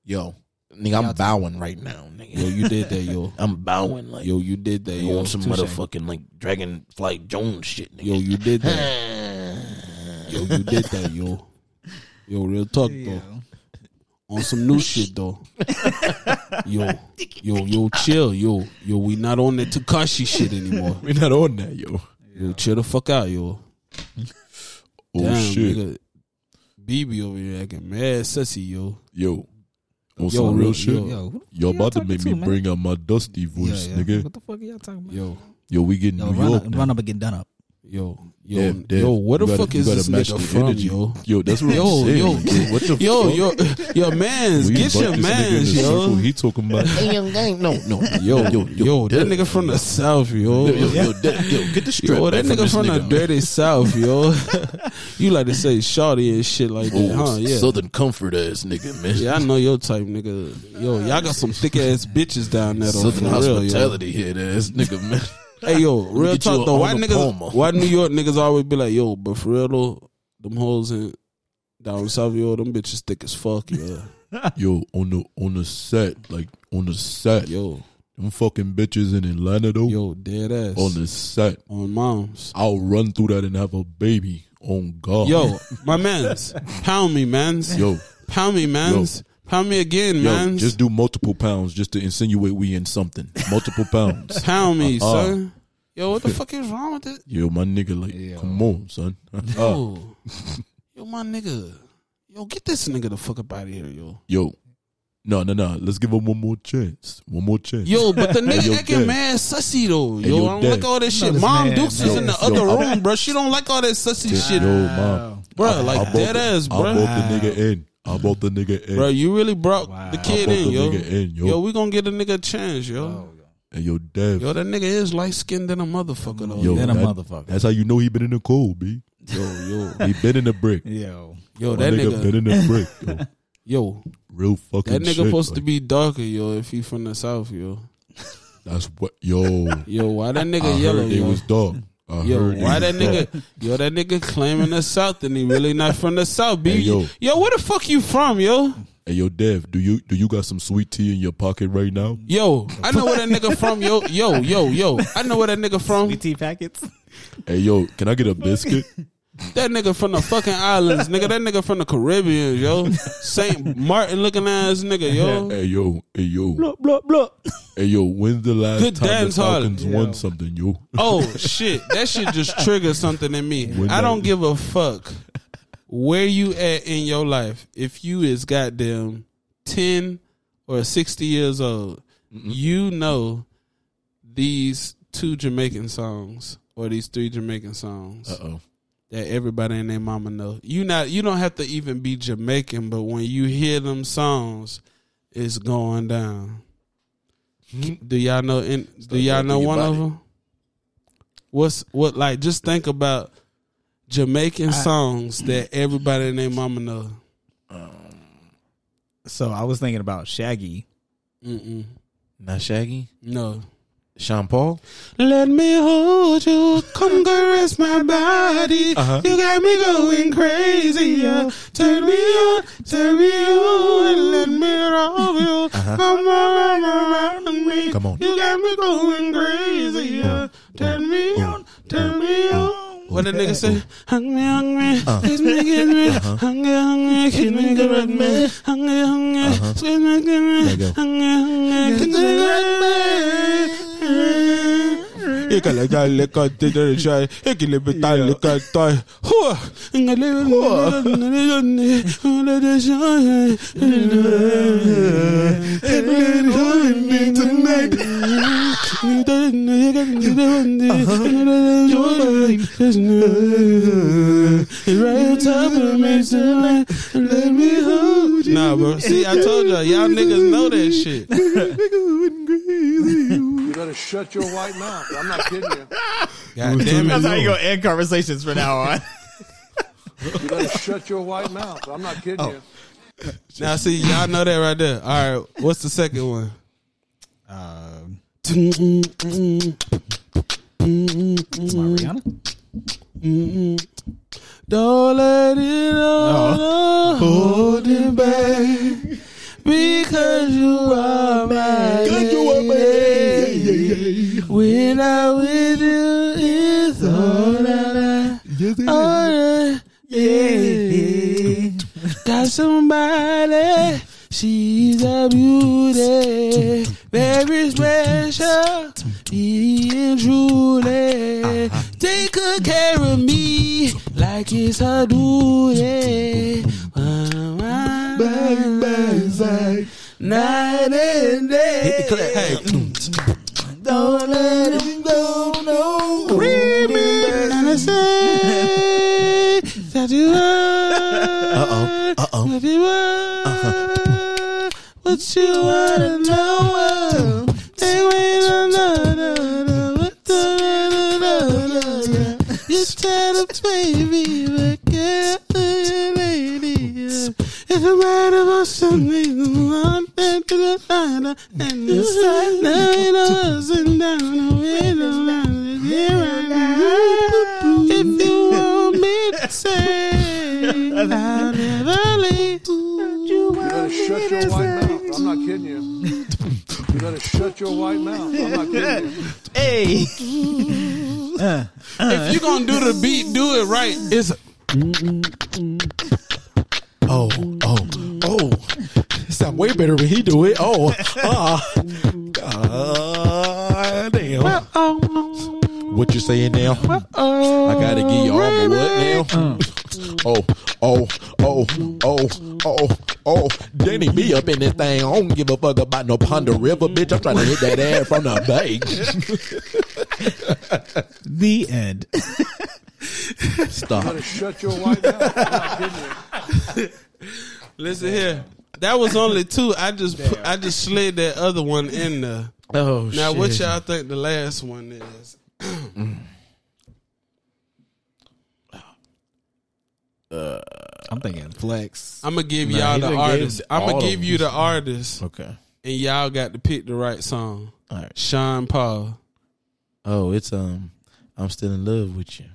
S4: yo, nigga, I'm bowing right now, nigga.
S1: Yo, Oh, you did that, yo.
S4: I'm bowing like
S1: Yo, you did that,
S4: yo,
S1: yo.
S4: on some motherfucking like Dragonfly Jones shit, nigga.
S1: Yo, you did that. Yo, you did that, yo. Yo, real talk though. On some new shit though. Yo, yo, yo, chill, yo, yo. We not on that Takashi shit anymore.
S4: we not on that, yo.
S1: Yo, chill the fuck out, yo.
S4: Oh shit,
S11: nigga.
S1: BB over here acting mad sussy, yo.
S4: yo. On
S1: Yo,
S4: some real
S1: yo,
S4: shit,
S1: yo.
S4: yo.
S2: who the
S4: Y'all
S2: fuck
S4: about to
S2: y'all
S4: make me
S2: talking man?
S4: bring out my dusty voice,
S2: Yeah, yeah.
S4: nigga.
S2: What the fuck are y'all talking about?
S1: Yo,
S4: Yo, we get
S2: Yo,
S4: New
S2: run,
S4: York.
S2: up,
S4: now.
S2: run up and get done up.
S1: yo, yo,
S4: Dev, Dev,
S1: yo. Where the
S4: you gotta-
S1: fuck
S4: you
S1: is
S4: gotta
S1: this
S4: match
S1: nigga
S4: the
S1: from,
S4: energy.
S1: yo?
S4: Yo, that's what
S1: Yo,
S4: I'm saying.
S1: yo,
S4: nigga. what the
S1: Yo,
S4: fuck?
S1: yo, your man's
S4: We
S1: get
S4: bucked
S1: your
S4: this nigga in the
S1: man's,
S4: circle,
S1: yo.
S4: He talking about
S10: No, no.
S1: Yo, yo, yo, that
S4: Dev.
S1: nigga from the south,
S4: Yo, yo,
S1: yo.
S4: yo, that- yo, get the strip.
S1: Yo,
S4: back
S1: that nigga
S4: this
S1: from the dirty south, yo. you like to say shawty and shit like that,
S4: Oh,
S1: huh? Yeah.
S4: Southern comfort ass nigga, man.
S1: Yeah, I know your type, nigga. Yo, y'all got some thick ass bitches down there, though.
S4: Southern
S1: For real, yo.
S4: hospitality here, ass nigga, man.
S1: Hey yo, real
S4: Get you
S1: talk
S4: a
S1: though. Why
S4: Arnold
S1: niggas?
S4: Palmer.
S1: Why New York niggas always be like, yo, but for real though, them hoes in down south, yo, them bitches thick as fuck, yeah.
S4: Yo, on the on the set, like on the set,
S1: yo,
S4: them fucking bitches in Atlanta though.
S1: yo, dead ass
S4: On
S1: on,
S4: the set,
S1: moms.
S4: I'll run through that and have a baby. On God,
S1: Yo, my man's pound me, man's
S4: yo,
S1: pound me, man's pound me again,
S4: yo,
S1: man's
S4: just do multiple pounds just to insinuate we in something. Multiple pounds.
S1: pound me,
S4: Uh-uh.
S1: son. Yo, what the fuck is wrong with it?
S4: Yo, my nigga, like, come on, son. Uh,
S1: Yo, yo, my nigga, yo, get this nigga the fuck up out of here, yo.
S4: yo, no, no, no. Let's give him one more chance. One more chance.
S1: Yo, but the
S4: yo,
S1: nigga
S4: Dad.
S1: acting mad sussy though.
S4: Hey,
S1: Yo,
S4: yo,
S1: I don't
S4: Dad.
S1: like all that shit.
S2: this
S1: Mom
S2: man,
S1: Dukes is
S2: man.
S1: in the
S4: Yo,
S1: other
S4: I-
S1: room, bro. She don't like all that sussy shit,
S4: Yo, mom.
S1: bro.
S4: I
S1: like
S4: bought
S1: dead
S4: the-
S1: ass,
S4: I
S1: bro.
S4: bought the nigga in. I bought the nigga in.
S1: Bro, you really brought the kid
S4: I bought
S1: in,
S4: the
S1: yo.
S4: nigga in, yo.
S1: yo. we gonna get a nigga a chance,
S2: Oh,
S1: yo.
S4: And yo, Dev.
S1: Yo, that nigga is light skinned than Oh, a motherfucker, though.
S4: yo,
S2: Then a
S4: that-
S2: motherfucker.
S4: That's how you know he been in the cold, b.
S1: Yo, yo,
S4: He been in the brick.
S2: Yo,
S1: yo,
S4: My
S1: that
S4: nigga, been
S1: nigga,
S4: in the brick. Yo.
S1: yo,
S4: Real fucking.
S1: that nigga
S4: shit,
S1: supposed to
S4: like,
S1: be darker, yo. If he from the south, yo,
S4: That's what. Yo,
S1: yo, why that
S4: I
S1: nigga yellow,
S4: heard they
S1: yo?
S4: was dog. I
S1: Yo,
S4: heard they
S1: why
S4: was
S1: that
S4: dog.
S1: nigga? Yo, that nigga claiming the South and he really not from the South, B.
S4: Hey, yo.
S1: yo. where the fuck you from, yo?
S4: Hey, yo, Dev, do you do you got some sweet tea in your pocket right now?
S1: Yo, I know where that nigga from, yo, yo, yo, yo. I know where that nigga from.
S2: BT packets.
S4: Hey, yo, can I get a biscuit?
S1: That nigga from the fucking islands, nigga. That nigga from the Caribbean, yo. Saint Martin looking ass nigga, yo.
S4: hey, yo, hey, yo,
S2: blah blah.
S4: hey, yo. When's the last
S1: Good
S4: time the
S1: dance hall.
S4: Falcons won something, yo?
S1: Oh shit, that shit just triggered something in me. I don't give a fuck where you at in your life. If you is goddamn ten or sixty years old, you know these two Jamaican songs or these three Jamaican songs
S4: Uh oh.
S1: that everybody and their mama know. You not you don't have to even be Jamaican, but when you hear them songs, it's going down. Do y'all know? In, do y'all know
S4: thinking
S1: one
S4: about
S1: of
S4: it.
S1: them? What's what? Like, just think about Jamaican songs that everybody and their mama know.
S2: So I was thinking about Shaggy.
S1: Mm-mm.
S4: Not Shaggy.
S1: No.
S4: Sean Paul.
S1: Let me hold you, come caress my body.
S4: Uh-huh.
S1: You got me going crazy. Yeah. Turn me on, turn me on, and let me roll you. Come around, around me.
S4: Uh-huh. Come on.
S1: You got me going crazy. Yeah. Turn me on, turn me on. What that nigga say? Hungry, hungry, kiss me, kiss me. Hungry, hungry, kiss me, kiss me. Uh-huh. Hungry, hungry, squeeze me, squeeze me.
S4: There you go.
S1: Hungry, hungry, kiss me, kiss me. You can like that, like that, did it, try. You can live it, die, like that, die. Whoa. You can live it, live it, live it, live it, live it, live it, live it, live it, tonight. Nah, bro. See, I told y'all, y'all niggas know that shit.
S6: You better shut your white mouth. I'm not kidding you.
S1: God damn
S3: That's how you
S1: it.
S3: go end conversations from now on.
S6: You better shut your white mouth. I'm not kidding you.
S1: Now, see, y'all know that right there. All right, what's the second one?
S3: Um,
S1: Don't
S3: it's my Rihanna.
S1: let it all hold it back because you are my lady. When I'm with you, it's all that I, all that, yeah. Got somebody, she's a beauty, very special, being
S4: Ah,
S1: truly. Take good care of me like it's her duty. Bang, bang, Zach. Night and day. Don't let him go, no. Remember, I say that you Uh
S4: Uh-oh, Uh-huh. uh-oh.
S1: What you are. What you want to know. uh, They wait on the You tell the baby, but get the lady. uh, It's a matter of something. I'm back to the final. And the sun, night was and down the window. Here I am. If you want me to say, I'll never leave. You
S6: You better shut your white mouth. I'm not kidding you. You better shut your white mouth. I'm not kidding you.
S3: Hey,
S1: If you gonna do the beat, do it right. It's
S4: Oh, oh, oh. It sound way better when he do it. Oh, ah. God damn. What you saying now? I gotta give you all my what now? Oh, oh, oh, oh, oh, oh. Danny B up in this thing. I don't give a fuck about no Ponder River, bitch. I'm trying to hit that ad from the bank.
S3: the end.
S4: Stop.
S6: You better shut your white mouth. I'm not kidding you.
S1: listen here. That was only two. I just put, I just slid that other one in there.
S4: Oh,
S1: Now, what y'all think the last one is?
S3: I'm thinking flex.
S1: I'm gonna give
S4: Nah,
S1: y'all
S4: he
S1: the
S4: done gave
S1: artist. I'm
S4: all
S1: gonna
S4: of
S1: give
S4: them.
S1: you the artist,
S4: Okay.
S1: and y'all got to pick the right song.
S4: All right.
S1: Sean Paul.
S4: Oh, it's, um, I'm still in love with you.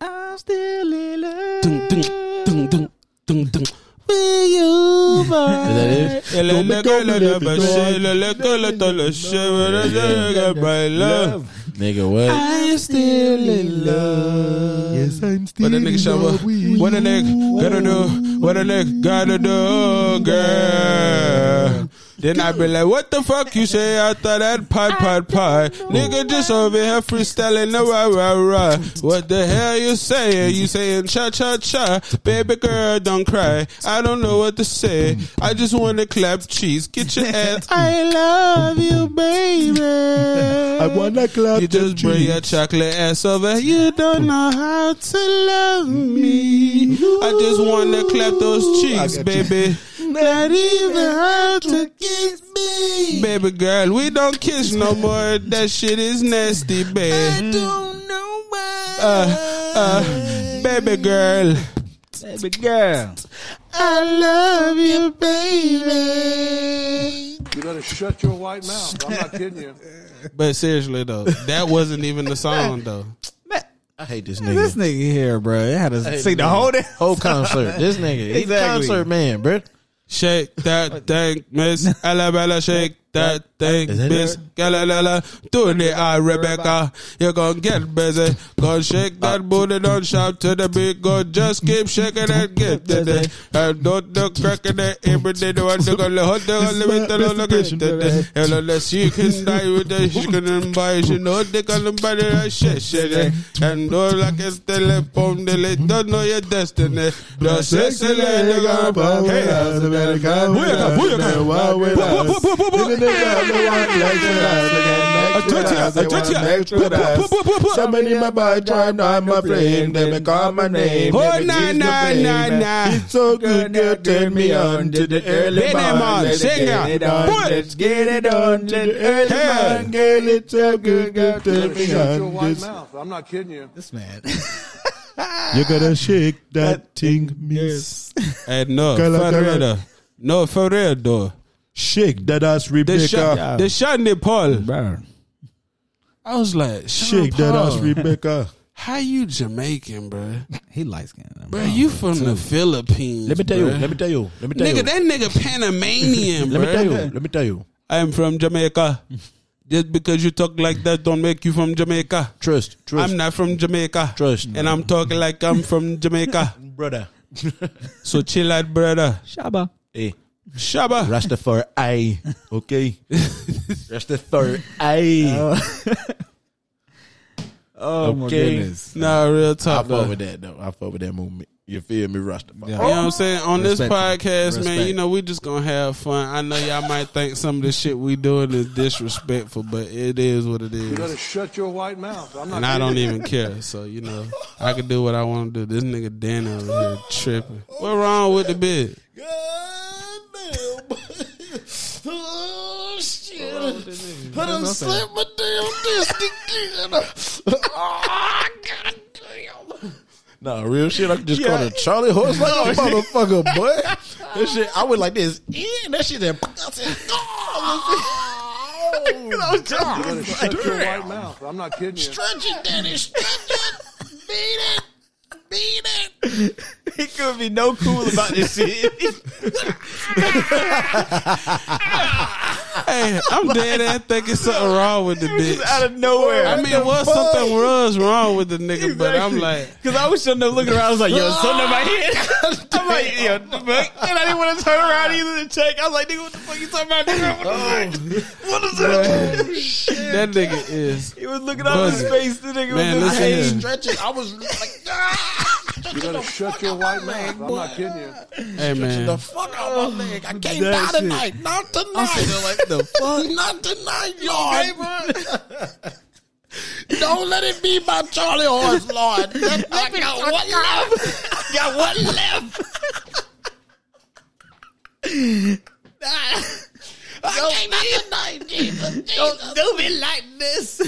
S3: I'm still in love.
S1: Dun, dun, dun, dun, dun, dun. Will you buy-
S4: that it? Nigga, what?
S1: I'm still in love.
S4: Yes, I'm still
S1: What a nigga show up. What a nigga gotta do. What a nigga gotta do, girl. Then I be like, what the fuck you say after that pot, pot, pot? Nigga just over here freestyling the rah, rah, rah. What the hell you saying? You saying cha, cha, cha. Baby girl, don't cry. I don't know what to say. I just wanna clap cheeks. Get your ass. I love you, baby. I
S4: wanna clap
S1: you just
S4: your
S1: bring your chocolate ass over. You don't know how to love me. I just wanna clap those cheeks, baby. Not even how to kiss me, baby girl. We don't kiss no more. That shit is nasty, babe. I don't know why. Uh, uh, baby girl.
S3: Baby girl.
S1: I love you, baby.
S6: You better shut your white mouth. I'm not kidding you.
S1: But seriously though, that wasn't even the song though.
S4: I hate this
S3: This
S4: nigga.
S3: nigga here, bro, it had to sing the whole day.
S4: Whole concert. This nigga. He's a
S3: Exactly.
S4: concert man, bro.
S1: Shake that thing, Miss Alabella. Shake that thing,
S4: Is that
S1: miss. Galala, doing it, I, Rebecca. You're gonna get busy. Gonna shake that booty, don't shout to the beat. Go just keep shaking and get today. And don't look cracking it. Every day, the one to go, the hot dog, the meat, the look at today. And unless you can stay with the chicken and buy, you know, they call them by the shit, shit. eh. And all like it's telephone, they let- don't know your destiny. The sexy lady, gonna pop. Hey, booyaka, booyaka.
S4: Somebody in my body trying on my flame, they may call my name.
S1: Oh,
S4: they
S1: nah,
S4: may kiss the
S1: nah,
S4: flame.
S1: nah, nah.
S4: It's so good, girl, turn me on to the early
S1: Let them on,
S4: morn. Let's
S1: sing
S4: get
S1: it.
S4: it on,
S1: Put it.
S4: let's get it on to the early
S1: Hey.
S4: morn. Girl, it's so good, girl, turn
S6: Better
S4: me
S6: shut your
S4: on.
S6: white
S4: This-
S6: mouth. I'm not kidding you.
S2: This man.
S4: You gotta shake that thing, miss.
S1: And no,
S4: Girl,
S1: for
S4: girl.
S1: real. No, for real, though.
S4: Shake that ass,
S1: The
S4: Rebecca.
S1: shot, the shot Nepal.
S2: Bro.
S1: I was like, Sean
S4: Shake that ass,
S1: Paul,
S4: Rebecca.
S1: How you Jamaican, bro?
S2: He likes skin.
S1: Bro, you from the Philippines?
S4: Let me tell you.
S1: bruh.
S4: Let me tell you. Let me tell you.
S1: nigga, that nigga Panamanian,
S4: let me tell you.
S1: bro.
S4: Let me tell you.
S1: I'm from Jamaica. Just because you talk like that, don't make you from Jamaica.
S4: Trust. Trust.
S1: I'm not from Jamaica.
S4: Trust.
S1: And I'm talking like I'm from Jamaica.
S4: brother.
S1: So chill out, brother.
S2: Shaba.
S4: Hey,
S1: Shaba.
S4: Rastafari. Okay. Rastafari.
S2: Oh my
S4: Okay.
S2: goodness.
S1: Nah, real
S4: I
S1: talk.
S4: fuck
S1: though.
S4: with that though. I fuck with that movement. You feel me, Rastafari?
S2: Yeah.
S1: You know what I'm saying? On this
S2: Respect.
S1: podcast, man,
S2: Respect.
S1: you know, we just gonna have fun. I know y'all might think some of the shit we doing is disrespectful, but it is what it
S6: You better
S1: is.
S6: shut your white mouth. I'm not
S1: And I
S6: kidding
S1: don't
S6: you.
S1: even care. So, you know, I can do what I wanna do. This nigga Dan over here tripping. What wrong with the bit?
S5: oh shit! I done slapped my damn disc again. oh goddamn!
S4: Nah, real shit. I could just call it Charlie horse like a motherfucker, boy. That shit. I went like this. And that shit. That. I said, oh,
S6: You better shut your white mouth. I'm not kidding you.
S5: Stretch it, Daddy. Stretch it. Beat it. Beat it.
S2: He could be no cool about this shit.
S1: Hey, I'm dead ass thinking something wrong with the bitch.
S2: of nowhere.
S1: I mean, was something was wrong with the nigga, but I'm like,
S2: Because I was sitting there looking around. I was like, yo, something in my head. I'm like, yo, the fuck? And I didn't want to turn around either to check. I was like, nigga, what the fuck you talking about? Nigga? What
S10: Oh,
S2: the fuck? What is that?
S1: that nigga is.
S2: He was looking up in
S1: Buzzing.
S2: space. The nigga
S1: Man,
S2: was just
S1: listen
S2: hating.
S1: here.
S5: Stretch it. I was like,
S6: You better shut your white mouth. I'm not kidding you.
S1: Hey, man.
S5: fuck out my leg. I can't
S2: Oh, That
S5: die
S2: shit.
S5: tonight. Not tonight.
S2: Like the fuck?
S5: Not tonight, Lord. Don't let it be my Charlie horse, Lord. I got one left. I got one left. I can't not tonight, Jesus. Jesus.
S2: Do me like this.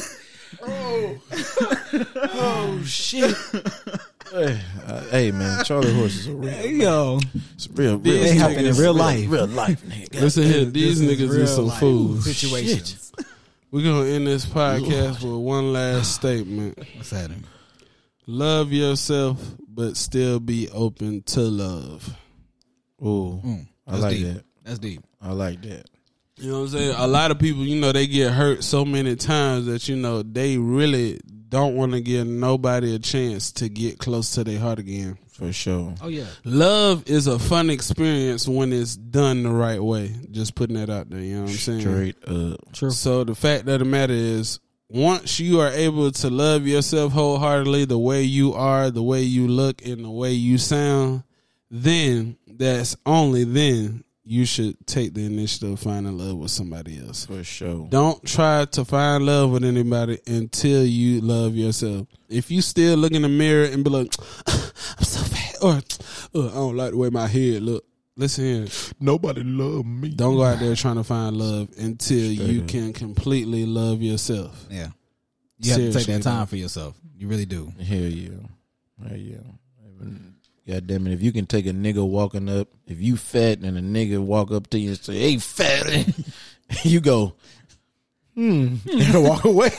S4: Hey man, Charlie horse is a real,
S2: Yo.
S4: it's real, real.
S2: They happen in real life.
S4: Real life, nigga.
S1: Listen here, these niggas is some fools.
S2: Situations.
S1: We're gonna end this podcast with one last statement.
S2: What's happening?
S1: Love yourself, but still be open to love.
S4: Ooh, I
S2: That's
S4: like
S2: deep.
S4: that.
S2: That's deep.
S4: I like that.
S1: You know what I'm saying? A lot of people, you know, they get hurt so many times that you know they really don't want to give nobody a chance to get close to their heart again.
S4: For sure.
S2: Oh, yeah.
S1: Love is a fun experience when it's done the right way. Just putting that out there, you know what I'm saying?
S4: Straight up.
S1: So the fact of the matter is, once you are able to love yourself wholeheartedly, the way you are, the way you look, and the way you sound, then that's only then you should take the initiative of finding love with somebody else.
S4: For sure.
S1: Don't try to find love with anybody until you love yourself. If you still look in the mirror and be like, "I'm so fat," or "Oh, "I don't like the way my head look," listen here.
S4: Nobody love me.
S1: Don't go out there trying to find love until you can completely love yourself.
S2: Yeah. You have to
S1: Seriously,
S2: take that time for yourself. You really do.
S4: Hell yeah. Hell yeah. God damn it. If you can take a nigga walking up, if you fat and a nigga walk up to you and say, hey, fatty, you go, hmm, and walk away.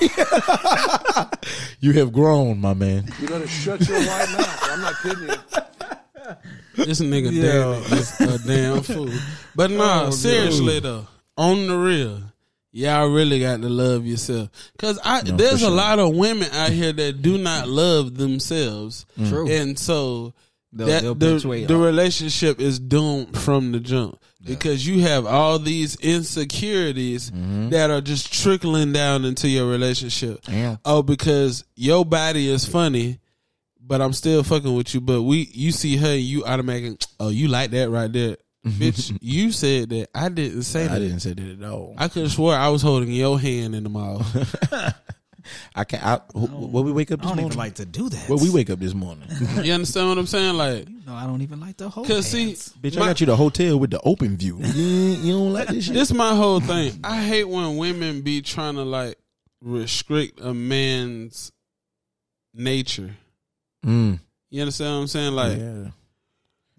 S4: you have grown, my man.
S6: You better shut your white mouth. I'm not kidding you.
S1: This nigga
S2: Oh,
S1: Dan is a damn fool. But nah, seriously though, on the real, Y'all really got to love yourself, cause I there's a lot of women out here that do not love themselves,
S2: True.
S1: and so
S2: They'll-
S1: that
S2: they'll
S1: the,
S2: perpetuate
S1: the
S2: all-
S1: relationship is doomed from the jump because you have all these insecurities that are just trickling down into your relationship.
S3: Yeah.
S1: Oh, because your body is funny, but I'm still fucking with you. But we, you see her, you automatically, oh, you like that right there, bitch. You said that. I didn't say that.
S3: I didn't say that at all.
S1: I could have swore I was holding your hand in the mouth.
S3: I can't. I, wh- wh- when we wake up
S2: I
S3: this
S2: don't
S3: morning,
S2: even like to do that.
S3: when we wake up this morning,
S1: You understand what I'm saying? Like,
S2: no, I don't even like the whole.
S1: cause see,
S2: hands.
S3: bitch, I
S1: my-
S3: got you the hotel with the open view. you, you don't like this shit.
S1: this my whole thing. I hate when women be trying to like restrict a man's nature.
S3: Mm.
S1: You understand what I'm saying? Like,
S3: yeah.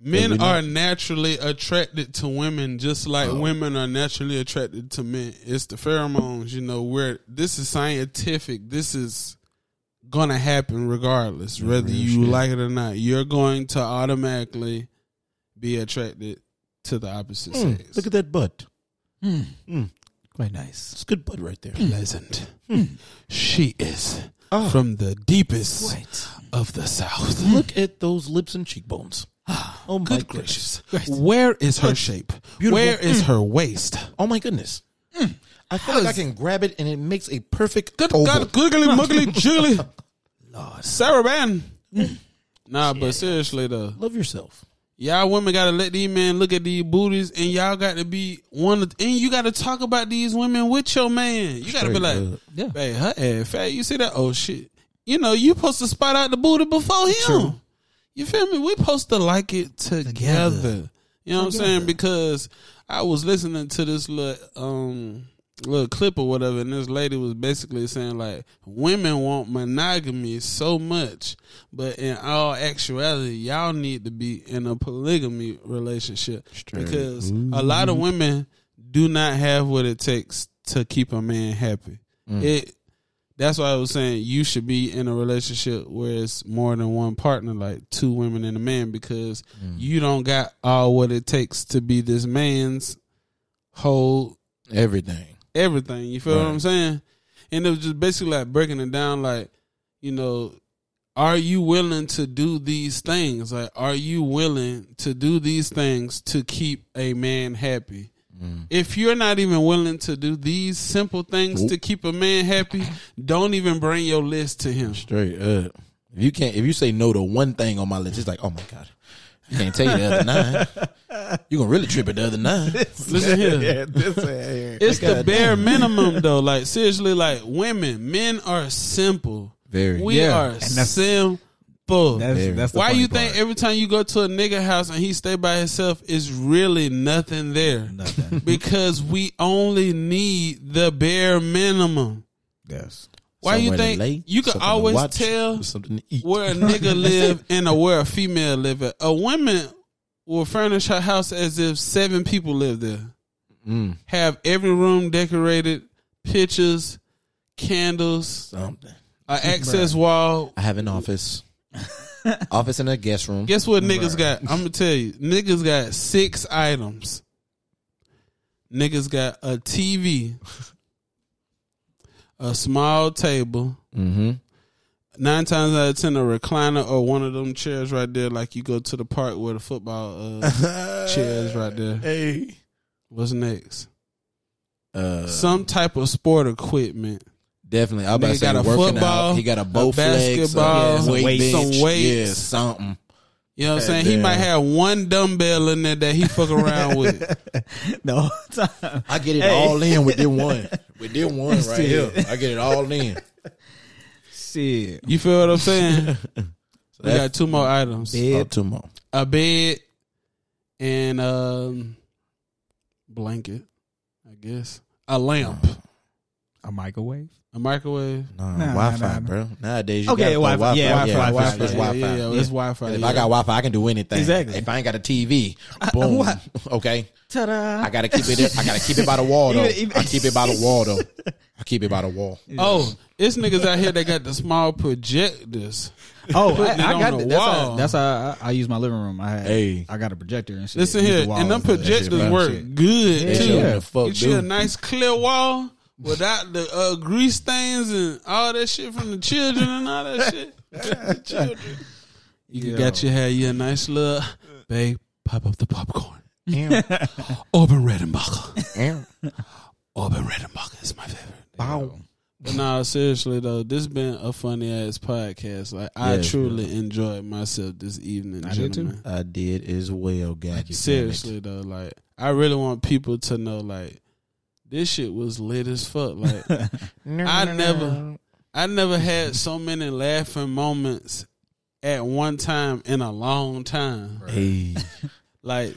S1: men
S3: we Oh. know-
S1: are naturally attracted to women, just like women are naturally attracted to men. It's the pheromones, you know. Where this is scientific. This is gonna happen regardless, whether you like it or not. You're going to automatically be attracted to the opposite
S3: Mm,
S1: sex.
S3: look at that butt.
S2: Hmm.
S3: Hmm.
S2: Quite nice. Hmm.
S3: It's a good butt right there.
S1: pleasant.
S3: Hmm.
S1: She is from the deepest of the south.
S3: Oh. Look at those lips and cheekbones.
S2: Ah,
S3: Oh my
S1: Good
S3: goodness.
S1: gracious. Where is her shape?
S3: Beautiful. Hmm.
S1: Where is her waist?
S3: Oh my goodness. I feel like I can grab it and it makes a perfect
S1: Good
S3: oval.
S1: God, googly muggly jiggly. Sarah Ban. Nah, but seriously though,
S3: Love yourself.
S1: y'all women gotta let these men look at these booties, and y'all got to be one. Of, and you got to talk about these women with your man. You got to be
S3: Straight
S1: like,
S3: up.
S2: Yeah.
S1: "Hey, her ass fat. You see that? Oh shit. You know, you supposed to spot out the booty before him. You feel me? We supposed to like it together. You know what I'm saying? Because I was listening to this little um little clip or whatever, and this lady was basically saying like women want monogamy so much, but in all actuality, y'all need to be in a polygamy relationship because a lot of women do not have what it takes to keep a man happy. It that's why I was saying you should be in a relationship where it's more than one partner, like two women and a man, because you don't got all what it takes to be this man's whole
S3: Everything.
S1: everything. You feel what I'm saying? And it was just basically like breaking it down, like you know, are you willing to do these things? Like, are you willing to do these things to keep a man happy? If you're not even willing to do these simple things to keep a man happy, don't even bring your list to him.
S3: Straight up. If you can't if you say no to one thing on my list, it's like, oh my God. I can't tell you the other nine. You're gonna really trip at the other nine.
S1: Listen here.
S2: this here.
S1: It's the bare minimum though. Like seriously, like women, men are simple.
S3: Very.
S1: We
S2: Yeah.
S1: are
S2: And that's-
S1: simple.
S2: That's, that's the
S1: Why
S2: funny
S1: you
S2: part.
S1: think every time you go to a nigga house and he stay by himself, it's really nothing there?
S2: Nothing.
S1: because we only need the bare minimum.
S2: yes.
S1: Why you
S3: Somewhere to
S1: think
S3: lay,
S1: you can
S3: something to
S1: always
S3: watch,
S1: tell
S3: something to eat.
S1: where a nigga live and a, where a female live at? A woman will furnish her house as if seven people live there.
S3: Mm.
S1: Have every room decorated, pictures, candles,
S3: something.
S1: a access wall,
S3: I have an office. office and a guest room.
S1: Guess what niggas got? I'm gonna tell you. Niggas got six items. Niggas got a TV, a small table,
S3: Mm-hmm.
S1: nine times out of ten a recliner or one of them chairs right there, like you go to the park where the football uh, chairs right there.
S3: Hey.
S1: What's next?
S3: Uh,
S1: Some type of sport equipment.
S3: definitely. I about to
S1: Nigga
S3: say
S1: got a
S3: working
S1: football,
S3: out. He got
S1: a
S3: a uh, bow
S4: uh,
S3: flex,
S1: basketball,
S3: a weight
S2: weights.
S3: bench,
S1: some weights.
S3: yeah, something.
S1: You know what I'm saying? He might have one dumbbell in there that he fuck around with.
S2: No time.
S3: I get it
S2: Hey.
S3: all in with this one. With this one right here.
S2: Shit.
S3: I get it all in.
S2: Shit.
S1: You feel what I'm saying? we got two more items.
S3: Oh,
S2: Bed.
S3: two more.
S1: a bed and um blanket, I guess. A lamp,
S2: A microwave.
S1: a microwave.
S3: Nah,
S2: Nah,
S3: Wi
S2: nah,
S3: Fi,
S2: nah.
S3: Uh, bro. Nowadays, you okay,
S2: Okay,
S3: got
S2: Wi-Fi.
S3: Wi Fi.
S2: Yeah, Wi-Fi,
S3: Wi
S2: Wi-Fi.
S3: Fi. Wi
S1: Yeah, yeah,
S3: Fi.
S1: it's Wi-Fi.
S3: If
S1: yeah.
S3: I got Wi Fi, I can do anything.
S2: Exactly.
S3: If I ain't got a TV, boom.
S2: what?
S3: okay,
S2: Ta-da.
S3: I gotta keep it. I gotta keep it by the wall though.
S2: Even- even-
S3: I keep it by the wall though. I keep it by the wall.
S1: Oh, it's niggas out here that got the small projectors.
S2: Oh,
S1: Putting
S2: I, I
S1: it on
S2: got
S1: the
S2: the that's
S1: wall.
S2: How, that's how I, I use my living room. I had,
S3: Hey.
S2: I got a projector and shit.
S1: Listen
S2: Use the
S1: here,
S2: wall
S1: and them
S2: that shit,
S1: projectors
S2: bro.
S1: work
S2: Shit.
S1: good
S3: They
S1: too.
S3: sure the fuck
S1: Get you a
S3: do.
S1: nice clear wall. without the uh, grease stains and all that shit from the children and all that shit. You got your hair, you a nice little babe. Pop up the popcorn. Auburn Redenbacher. Auburn Redenbacher is my favorite. But nah, seriously though, this been a funny ass podcast. Like I
S3: Yes,
S1: truly enjoyed myself this evening, gentlemen.
S3: I did as well, God.
S1: Seriously though, like I really want people to know, like this shit was lit as fuck. Like I never, I never had so many laughing moments at one time in a long time.
S3: Hey,
S1: Like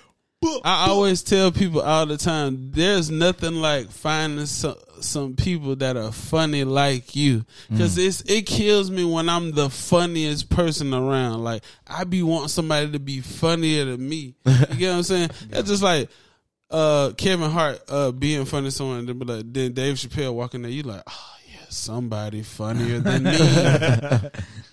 S1: I always tell people all the time, there's nothing like finding some some people that are funny like you, because it's it kills me when I'm the funniest person around. Like I be wanting somebody to be funnier than me. You get what I'm saying? That's just like. Uh, Kevin Hart uh being funny to someone, and then be like, then Dave Chappelle walking there, you like, oh yeah, somebody funnier than me.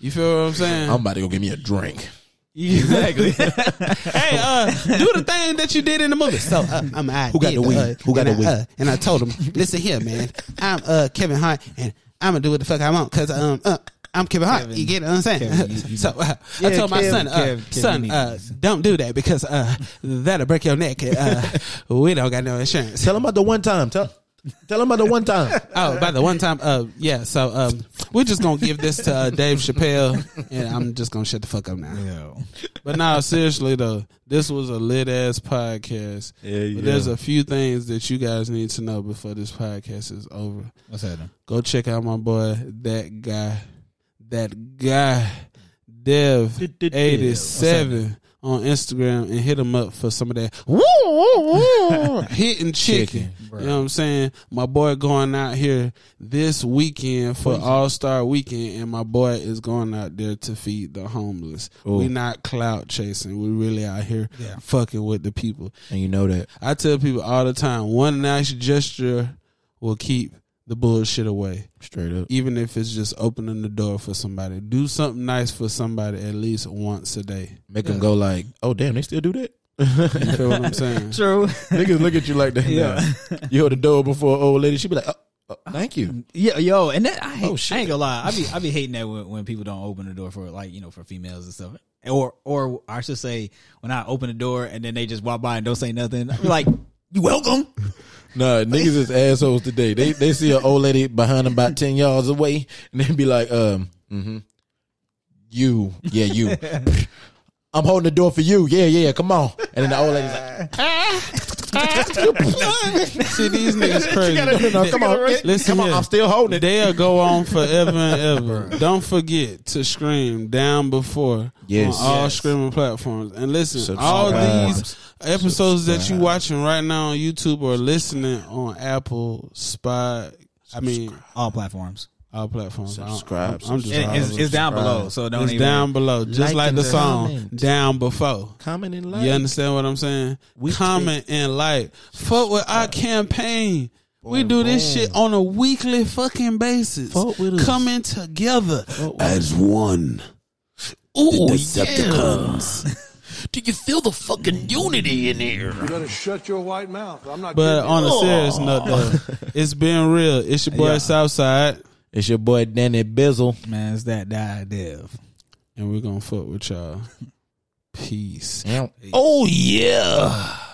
S1: you feel what I'm saying?
S3: I'm about to go get me a drink.
S2: Exactly.
S1: hey, uh, do the thing that you did in the movie. So
S12: uh, I'm I
S3: Who got
S12: did,
S3: the weed?
S12: uh,
S3: Who got
S12: and
S3: the
S12: I,
S3: weed?
S12: uh, and I told him, listen here, man. I'm uh, Kevin Hart, and I'm gonna do what the fuck I want because um. Uh, I'm Kevin Hart. You get what I'm saying? so uh, I
S2: Yeah,
S12: told my
S2: Kev-
S12: son, uh,
S2: Kev- Kev, you
S12: son,
S2: need
S12: uh, don't do that because uh, that'll break your neck. and, Uh, we don't got no insurance.
S3: Tell him about the one time. Tell, tell him about the one time.
S12: Oh, by the one time, uh, yeah. So um, we're just gonna give this to uh, Dave Chappelle, and I'm just gonna shut the fuck up now.
S1: But now, seriously though, this was a lit ass podcast. But there's a few things that you guys need to know before this podcast is over.
S2: What's happening?
S1: Go check out my boy, that guy, that guy, Dev eighty seven on Instagram, and hit him up for some of that woo, woo, woo, hitting chicken. you know what I'm saying? My boy going out here this weekend for All Star Weekend, and my boy is going out there to feed the homeless. We not clout chasing. We really out here fucking with the people.
S3: And you know that.
S1: I tell people all the time, one nice gesture will keep the bullshit away.
S3: Straight up.
S1: Even if it's just opening the door for somebody, do something nice for somebody at least once a day.
S3: Make him go like, oh damn, they still do that.
S1: You feel what I'm saying?
S2: True.
S3: Niggas look at you like that. Yeah. You hold the door before an old lady. She be like, oh, oh, thank you.
S2: Yeah, yo, and that I, hate,
S3: Oh, shit.
S2: I ain't gonna lie, I be I be hating that when, when people don't open the door for like you know for females and stuff, or or I should say when I open the door and then they just walk by and don't say nothing. I'm like, you welcome.
S3: Nah, niggas is assholes today. They they see an old lady behind them about ten yards away, and they be like, um, mm-hmm. you, yeah, you. I'm holding the door for you. Yeah, yeah, come on. And then the old lady's like,
S1: See, these niggas crazy.
S3: no, no, come on,
S1: Listen
S3: listen, come on,
S1: here.
S3: I'm still holding it.
S1: They'll go on forever and ever. Don't forget to scream down before
S3: Yes.
S1: on all
S3: Yes.
S1: screaming platforms. And listen, all
S3: Subscribe.
S1: these episodes that you watching right now on YouTube or listening on Apple, Spot, I mean
S2: All platforms.
S1: all platforms. I don't-
S3: Subscribe,
S1: I'm, I'm just
S2: It- it's, it's down below, so don't
S1: It's
S2: even.
S1: down below, just like,
S3: Like and
S1: the song
S3: comment.
S1: "Down Before."
S3: Comment and like.
S1: You understand what I'm saying? We comment and like. Fuck with our campaign. we do this shit on a weekly fucking basis.
S3: Fuck with us.
S1: Coming together. Oh,
S13: As one.
S5: Ooh,
S13: Decepticons.
S5: yeah. Do you feel the fucking unity in here?
S6: You better shut your white mouth. I'm not
S1: But
S6: kidding.
S1: on
S3: Oh.
S1: a serious note, though, it's been real. It's your boy Southside,
S3: It's your boy Danny Bizzle.
S2: Man, it's that die dev.
S1: and we're gonna fuck with y'all. Peace.
S5: Oh, yeah.